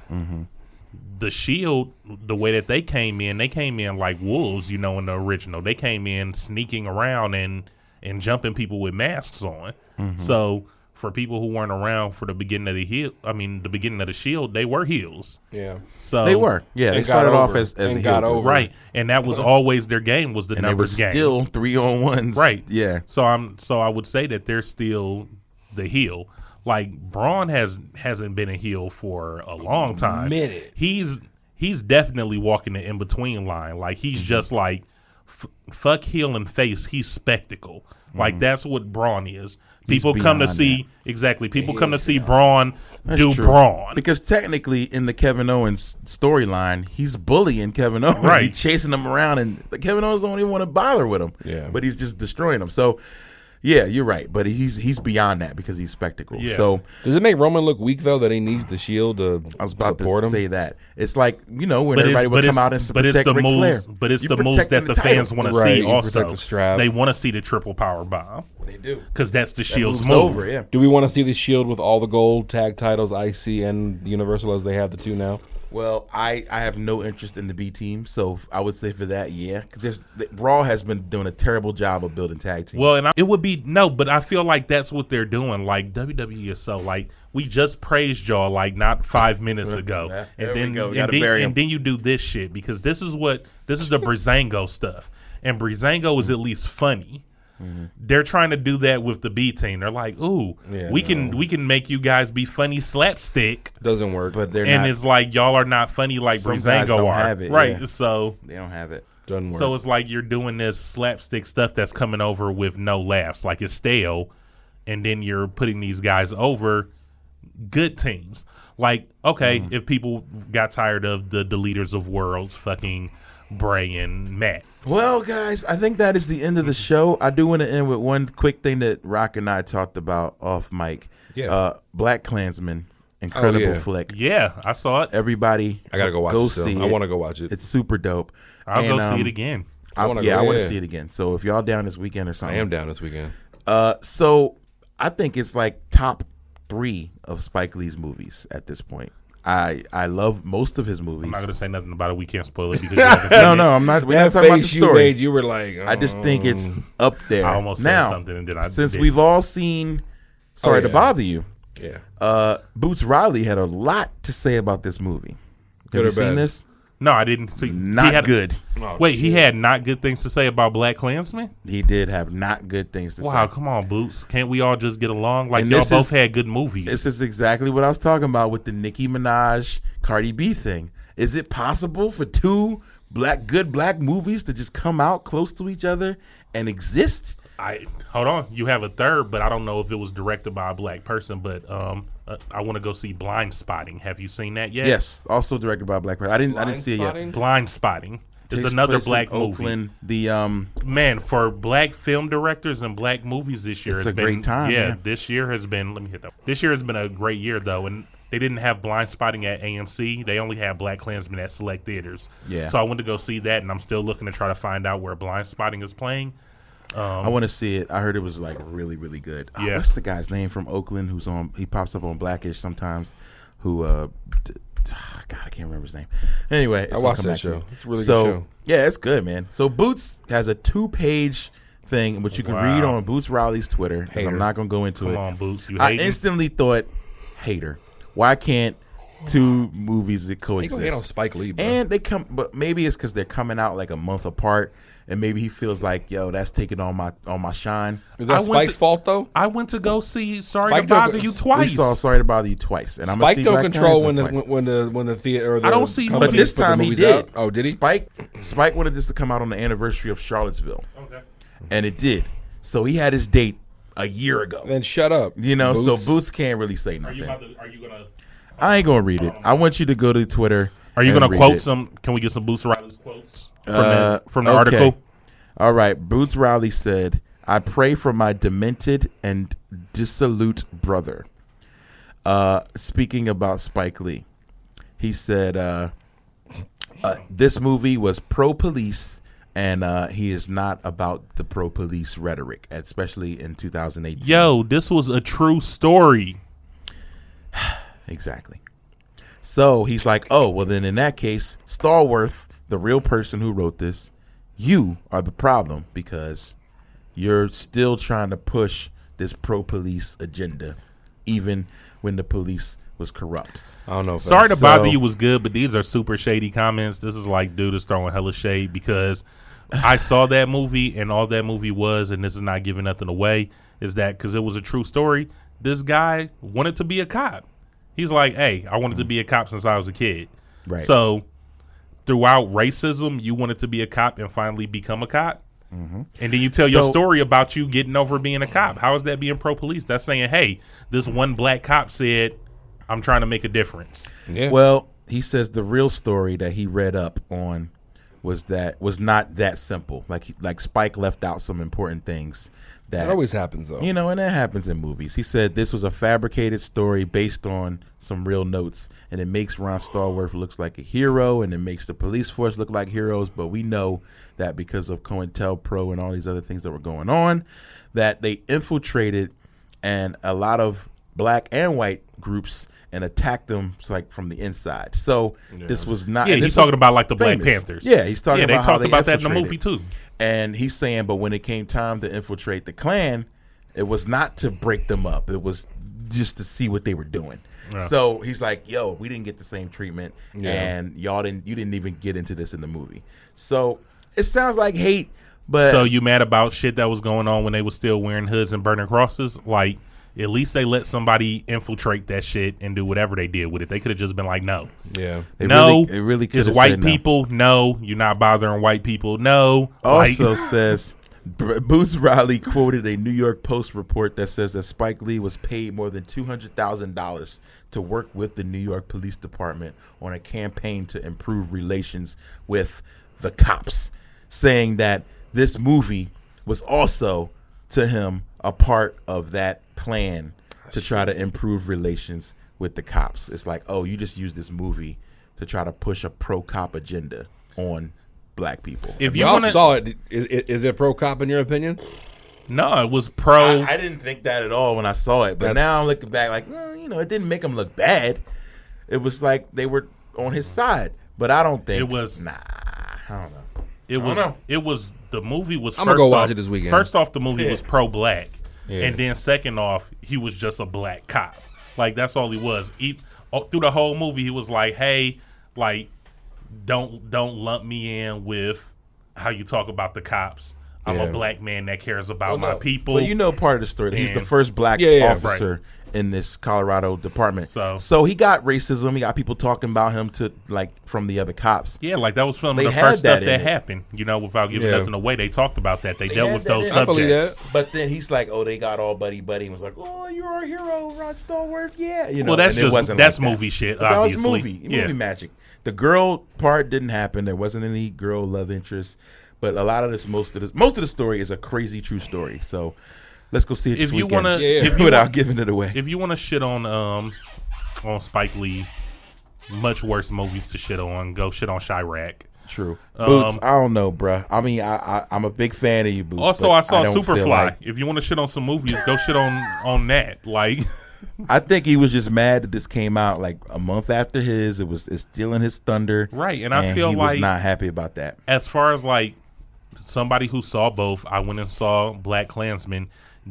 the shield the way that they came in they came in like wolves you know in the original they came in sneaking around and and jumping people with masks on Mm-hmm. so for people who weren't around for the beginning of the heel i mean the beginning of the shield they were heels Yeah. so They were, yeah. Oh. They And got started off over. as as And a got heel group, over. right and that was always their game was the and they were numbers game still three on ones, Right. Yeah. So I'm so I would say that they're still the heel. Like Braun has hasn't been a heel for a long time. minute. He's he's definitely walking the in between line. Like he's Mm-hmm. just like f- fuck heel and face. He's spectacle. Like that's what Braun is. People come to Mm-hmm. beyond see exactly. People come to see Braun do true. Braun. Because technically, in the Kevin Owens storyline, he's bullying Kevin Owens. Right. He's chasing him around, and the Kevin Owens don't even want to bother with him. Yeah. But he's just destroying him. So, yeah, you're right. But he's he's beyond that because he's spectacle. Yeah. So Does it make Roman look weak though that he needs the shield to I was about support to him? say that it's like you know when But it's- everybody would but come it's- out and s- but it's protect the Ric moves, Flair. but it's You the moves protecting that the, title. fans want to Right, see. you Also, protect the strap. they want to see the triple power bomb They do. because that's the That Shield's moves move. over. Yeah. Do we want to see the shield with all the gold tag titles, IC and Universal as they have the two now? Well, I, I have no interest in the B team, so I would say for that, yeah. 'Cause This the, Raw has been doing a terrible job of building tag teams. Well, and I, it would be no, but I feel like that's what they're doing. Like WWE is so like we just praised y'all like not (laughs) five minutes ago, There and we then go. We and gotta then, bury 'em. and then you do this (laughs) Mm-hmm. shit because this is what this is the Brizango stuff, and Brizango is at least funny. They're trying to do that with the B team. They're like, "Ooh, Yeah, we can we can make you guys be funny slapstick," Doesn't work. but they're and not. it's like y'all are not funny like Some guys Brizango don't are, have it, right? yeah. So they don't have it. doesn't work. so it's like you're doing this slapstick stuff that's coming over with no laughs, like it's stale, and then you're putting these guys over good teams. Like, okay, Mm-hmm. if people got tired of the deleters of worlds, fucking Bray and Matt. Well, guys, I think that is the end of the show. I do want to end with one quick thing that Rock and I talked about off mic. Yeah. Oh, Uh, Black Klansman, incredible yeah. flick. Yeah, I saw it. Everybody, I gotta go watch Go it. still. see I it. want to go watch it. It's super dope. I'll And, go see um, it again. I wanna yeah, go, I want to yeah. see it again. So if y'all down this weekend or I something, am down this weekend. Uh, so I think it's like top three of Spike Lee's movies at this point. I I love most of his movies. I'm not gonna say nothing about it. We can't (laughs) spoil it because you haven't seen no, (laughs) it. no, I'm not. We're not talking about the you story. made, you were like, I just think it's up there. Mm. I almost now, said something and then I Oh, since didn't. we've all seen. Sorry to yeah. bother you. yeah. Uh, Boots Riley had a lot to say about this movie. Have Good you or seen bad? this? no, I didn't. See, he Not had- good. Oh, Wait, he shit. had not good things to say about Black Klansmen. He did have not good things to Wow, say. come on, Boots. Can't we all just get along? Like And y'all this both is- had good movies. This is exactly what I was talking about with the Nicki Minaj Cardi B thing. Is it possible for two black good black movies to just come out close to each other and exist? I hold on. You have a third, but I don't know if it was directed by a black person. But um, uh, I want to go see Blind Spotting. Have you seen that yet? Yes, also directed by a black person. I didn't I didn't see it yet. Blindspotting? Blind Spotting. It's Takes another place in black movie. Oakland. The um Man, for black film directors and black movies this year, It's a has been- great time, Yeah, yeah. this year has been. Let me hit that. This year has been a great year though, and they didn't have Blind Spotting at AMC. They only had Black Klansmen at select theaters. Yeah. So I went to go see that, and I'm still looking to try to find out where Blind Spotting is playing. I want to see it. I heard it was like really really good. Oh, Yeah. what's the guy's name from Oakland who's on he pops up on Blackish sometimes who uh d- d- ah, God, I can't remember his name. Anyway, it's gonna watched come that back to show. me. It's a really good so, show. Yeah, it's good, man. So Boots has a two-page thing, which you can read Wow. on Boots Riley's Twitter. 'cause I'm Hater. not gonna go into it. Come on, Boots. You I hating? instantly thought, hater. Why can't two movies that They gonna get on coexist? Spike Lee, bro. And they come, but maybe it's because they're coming out like a month apart, and maybe he feels like, yo, that's taking on my on my shine. Is I that went Spike's to- fault though? I went to go see Sorry Spike to Bother Jones. You We We twice. saw Sorry to Bother You twice, and I'm Spike gonna see don't Black control when Klansman the, twice. when the when the theater. Or the I don't see but companies this put the time he movies did. out. Oh, did he? Spike Spike wanted this to come out on the anniversary of Charlottesville, and it did. So he had his date a year ago. Then shut up. you know, so Boots. Boots can't really say Are you nothing. about to, are you gonna I ain't gonna read it. I want you to go to Twitter. Are you and gonna read quote it. some? Can we get some Boots Riley's quotes from Uh, the, from the okay. article? All right, Boots Riley said, "I pray for my demented and dissolute brother." Uh, speaking about Spike Lee, he said, uh, uh, "This movie was pro police." And uh, he is not about the pro police rhetoric, especially in 2018. Yo, this was a true story. Exactly. So he's like, oh, well, then in that case, Starworth, the real person who wrote this, you are the problem because you're still trying to push this pro police agenda, even when the police was corrupt. I don't know. If Sorry to So- bother you was good, but these are super shady comments. This is like dude is throwing hella shade because I saw that movie and all that movie was, and this is not giving nothing away, is that because it was a true story. This guy wanted to be a cop. He's like, hey, I wanted to be a cop since I was a kid. Right. So throughout racism, you wanted to be a cop and finally become a cop. Mm-hmm. And then you tell your So- story about you getting over being a cop. How is that being pro police? That's saying, hey, this one black cop said, I'm trying to make a difference. Yeah. Well, he says the real story that he read up on was that was not that simple. Like he- like Spike left out some important things that that always happens though. You know, and that happens in movies. He said this was a fabricated story based on some real notes, and it makes Ron Stallworth looks like a hero, and it makes the police force look like heroes. But we know that because of COINTELPRO and all these other things that were going on, that they infiltrated and a lot of black and white groups and attacked them like from the inside. So this was not. Yeah, and he's this was talking about, like, the Black famous. Panthers. Yeah, he's talking Yeah, they about how talked about that in the infiltrated. movie, too. And he's saying, but when it came time to infiltrate the Klan, it was not to break them up. It was just to see what they were doing. So he's like, "Yo, we didn't get the same treatment, and y'all didn't. You didn't even get into this in the movie." So it sounds like hate, But So you mad about shit that was going on when they was still wearing hoods and burning crosses? Like, at least they let somebody infiltrate that shit and do whatever they did with it. They could have just been like, no, Yeah. they no, really, it really could it's have white said no. people. No. you're not bothering white people. No, also (laughs) like, says B- Boots Riley quoted a New York Post report that says that Spike Lee was paid more than two hundred thousand dollars to work with the New York Police Department on a campaign to improve relations with the cops, saying that this movie was also to him a part of that plan to try to improve relations with the cops. It's like, oh, you just used this movie to try to push a pro cop agenda on black people. if you Y'all want to, saw it. Is, is it pro cop in your opinion? no, it was pro. I, I didn't think that at all when I saw it, but That's- now I'm looking back, like well, you know, it didn't make him look bad. It was like they were on his side, but I don't think It was- Nah, I don't know. It don't was. know. It was the movie was. I'm gonna first go watch off- it this weekend. First off, the movie Yeah. was pro black, Yeah. and then second off, he was just a black cop. Like that's all he was. He, all- through the whole movie, he was like, "Hey, like, don't don't lump me in with how you talk about the cops. I'm Yeah. a black man that cares about Well, my no. people." Well, you know part of the story. that He was the And- first black Yeah, yeah, right. officer in this Colorado department. So- he got racism. He got people talking about him to like from the other cops. yeah, like that was from They the had first that stuff in that it. happened. You know, without giving Yeah. nothing away, they talked about that. They, dealt had with that those in it. I subjects. believe that. But then he's like, "Oh, they got all buddy buddy," and was like, "Oh, you're our hero, Rod Stallworth." Yeah, you know. Well, that's and it just- wasn't that's like that. movie shit, But That was obviously. movie, Yeah. movie magic. The girl part didn't happen. There wasn't any girl love interest, but a lot of this, most of this, most of the story is a crazy true story. So let's go see it. If this you weekend wanna- Yeah, yeah. if (laughs) you without want- giving it away, if you want to shit on um on Spike Lee, much worse movies to shit on. Go shit on Chirac. true. Um, Boots, I don't know, bruh. I mean, I, I I'm a big fan of you, Boots. Also, but I saw don't feel Superfly. like- if you want to shit on some movies, go shit on on that. Like, I think he was just mad that this came out like a month after his. It was it's stealing his thunder, Right, and I feel he like- was not happy about that. as far as like somebody who saw both, I went and saw Black Klansman.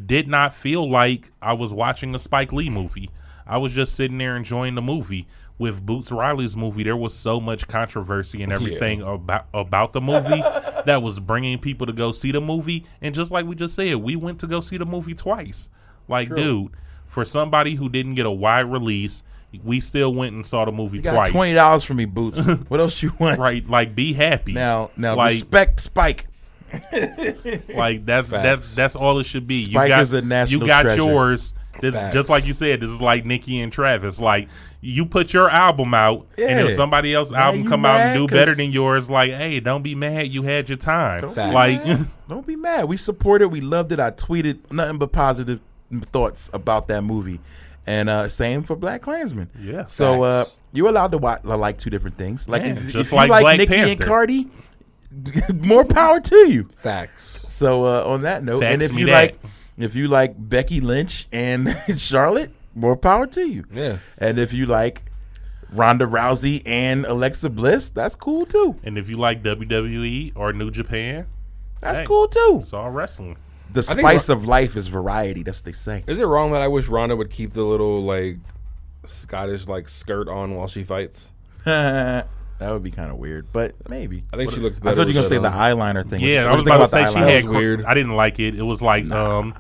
Did not feel like I was watching a Spike Lee movie. I was just sitting there enjoying the movie. With Boots Riley's movie, there was so much controversy and everything about about the movie that was bringing people to go see the movie. And just like we just said, we went to go see the movie twice. Like, dude, for somebody who didn't get a wide release, we still went and saw the movie You got twice. twenty dollars from me, (laughs) Boots. what else you want? right? Like, be happy Now, now Like- respect Spike. (laughs) Like that's that's Facts. that's all it should be. Spike you got is a national you got treasure. yours. This, Facts. just like you said, this is like Nicki and Travis. Like you put your album out, and Yeah. if somebody else's album you come out and mad do 'cause- better than yours, like hey, don't be mad. You had your time. Facts. Like Don't be mad. We supported. We loved it. I tweeted nothing but positive thoughts about that movie, and uh, same for Black Klansman. Yeah, So uh, facts. you're allowed to watch, like two different things. Like Yeah, if, just if like you like Black Nicki and Panther. Cardi, (laughs) more power to you. Facts. So uh, on that note, and Fax if me you that. like, if you like Becky Lynch and (laughs) Charlotte, more power to you. Yeah. And if you like Ronda Rousey and Alexa Bliss, that's cool too. (laughs) and if you like WWE or New Japan, That's Hey. cool too. it's all wrestling. The think spice of life is variety. That's what they say. (laughs) Is it wrong that I wish Ronda would keep the little like Scottish like skirt on while she fights? that would be kind of weird, but maybe. I think she looks I better. thought you were with gonna that say the on. eyeliner thing. What you- uh, Yeah, what I you was think about to say the she eyeliner? had. That was weird. Weird. I didn't like it. It was like um,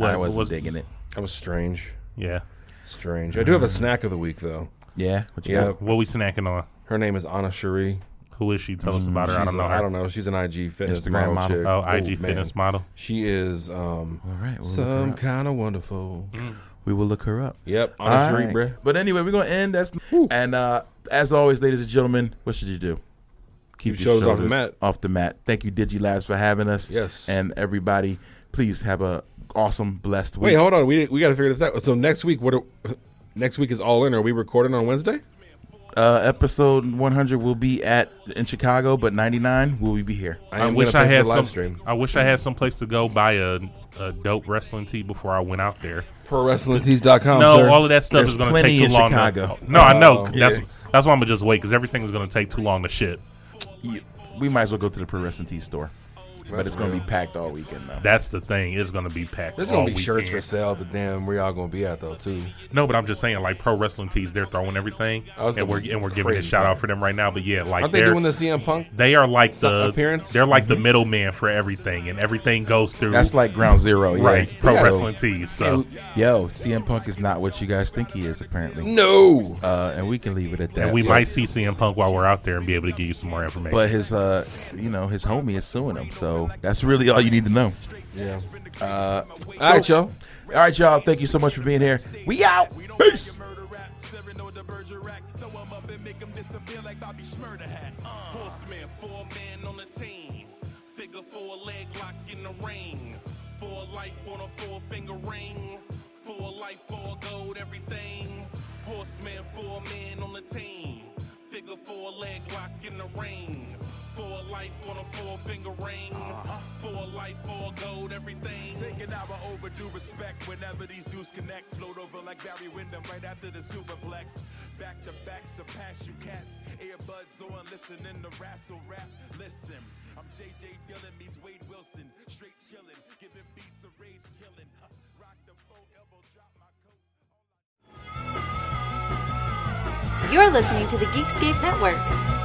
I Uh, wasn't was- digging it. That was strange. yeah. Strange. I do have a snack of the week though. Yeah. What you Yeah. got? What we snacking on? Her name is Anna Cherie. Who is she? Tell us about her. I She's don't know. a- Her. I don't know. She's an IG fitness model, Instagram model. chick. Oh, IG man. fitness model. She is um All right, we'll look her some up. kind of wonderful. Mm. We will look her up. Yep, All Anna Cherie, right. bruh. But anyway, we're gonna end. That's and uh, as always, ladies and gentlemen, what should you do? Keep, your shoulders off the mat. Off the mat. Thank you, DigiLabs, for having us. Yes. And everybody, please have a awesome, blessed week. Wait, hold on. We we got to figure this out. So next week, what? Are, next week is all in. Are we recording on Wednesday? uh, episode 100 will be at in Chicago, but 99 will we be here. am I, gonna wish pay I for had the live some. stream. I wish I had some place to go buy a, a dope wrestling tee before I went out there. ProWrestlingTees.com. no, sir. all of that stuff Um, There's is going to plenty take in too long. to- Chicago. no, I know. Oh. that's Yeah. that's why I'm gonna just wait because everything's going to take too long to ship. You- We might as well go to the Pro Wrestling Tees store. but it's going to be packed all weekend though. That's the thing. It's gonna be packed. There's all gonna be shirts for weekend. sale at the damn where y'all gonna be at though too. No, but I'm just saying, like pro wrestling tees, they're throwing everything, I was and gonna we're be and we're giving a crazy, shout man. out for them right now. But yeah, like Aren't they are doing the CM Punk? They are like the appearance? Mm-hmm. They're like the middleman for everything, and everything goes through. That's like ground zero, yeah. right pro So, wrestling tees. So Yo, CM Punk is not what you guys think he is, Mm. apparently. No. Uh, and we can leave it at that. and we But- might see CM Punk while we're out there and be able to give you some more information. But his, uh, you know, his homie is suing him, so that's really all you need to know. Yeah. Uh, all right, y'all. All right, y'all. Thank you so much for being here. We out. Peace. murder rap. Seven on the Bergerac. Throw 'em up and make 'em disappear like Bobby Schmurder had. Uh. Horseman, four man on the team. Figure four leg lock in the ring. Four life on a four finger ring. Four life, four gold, everything. Horseman, four man on the team. Figure four leg lock in the ring. Four life on a four finger ring. Four life, four gold, everything. Uh-huh. Take an hour overdue respect whenever these dudes connect. Float over like Barry Windham right after the superplex. Back to back, surpass you cats. Earbuds on, listening to Rassel rap. Listen, I'm JJ Dillon meets Wade Wilson. Straight chillin', giving beats of rage killing. Rock the boat, elbow drop my coat. You're listening to the Geekscape Network.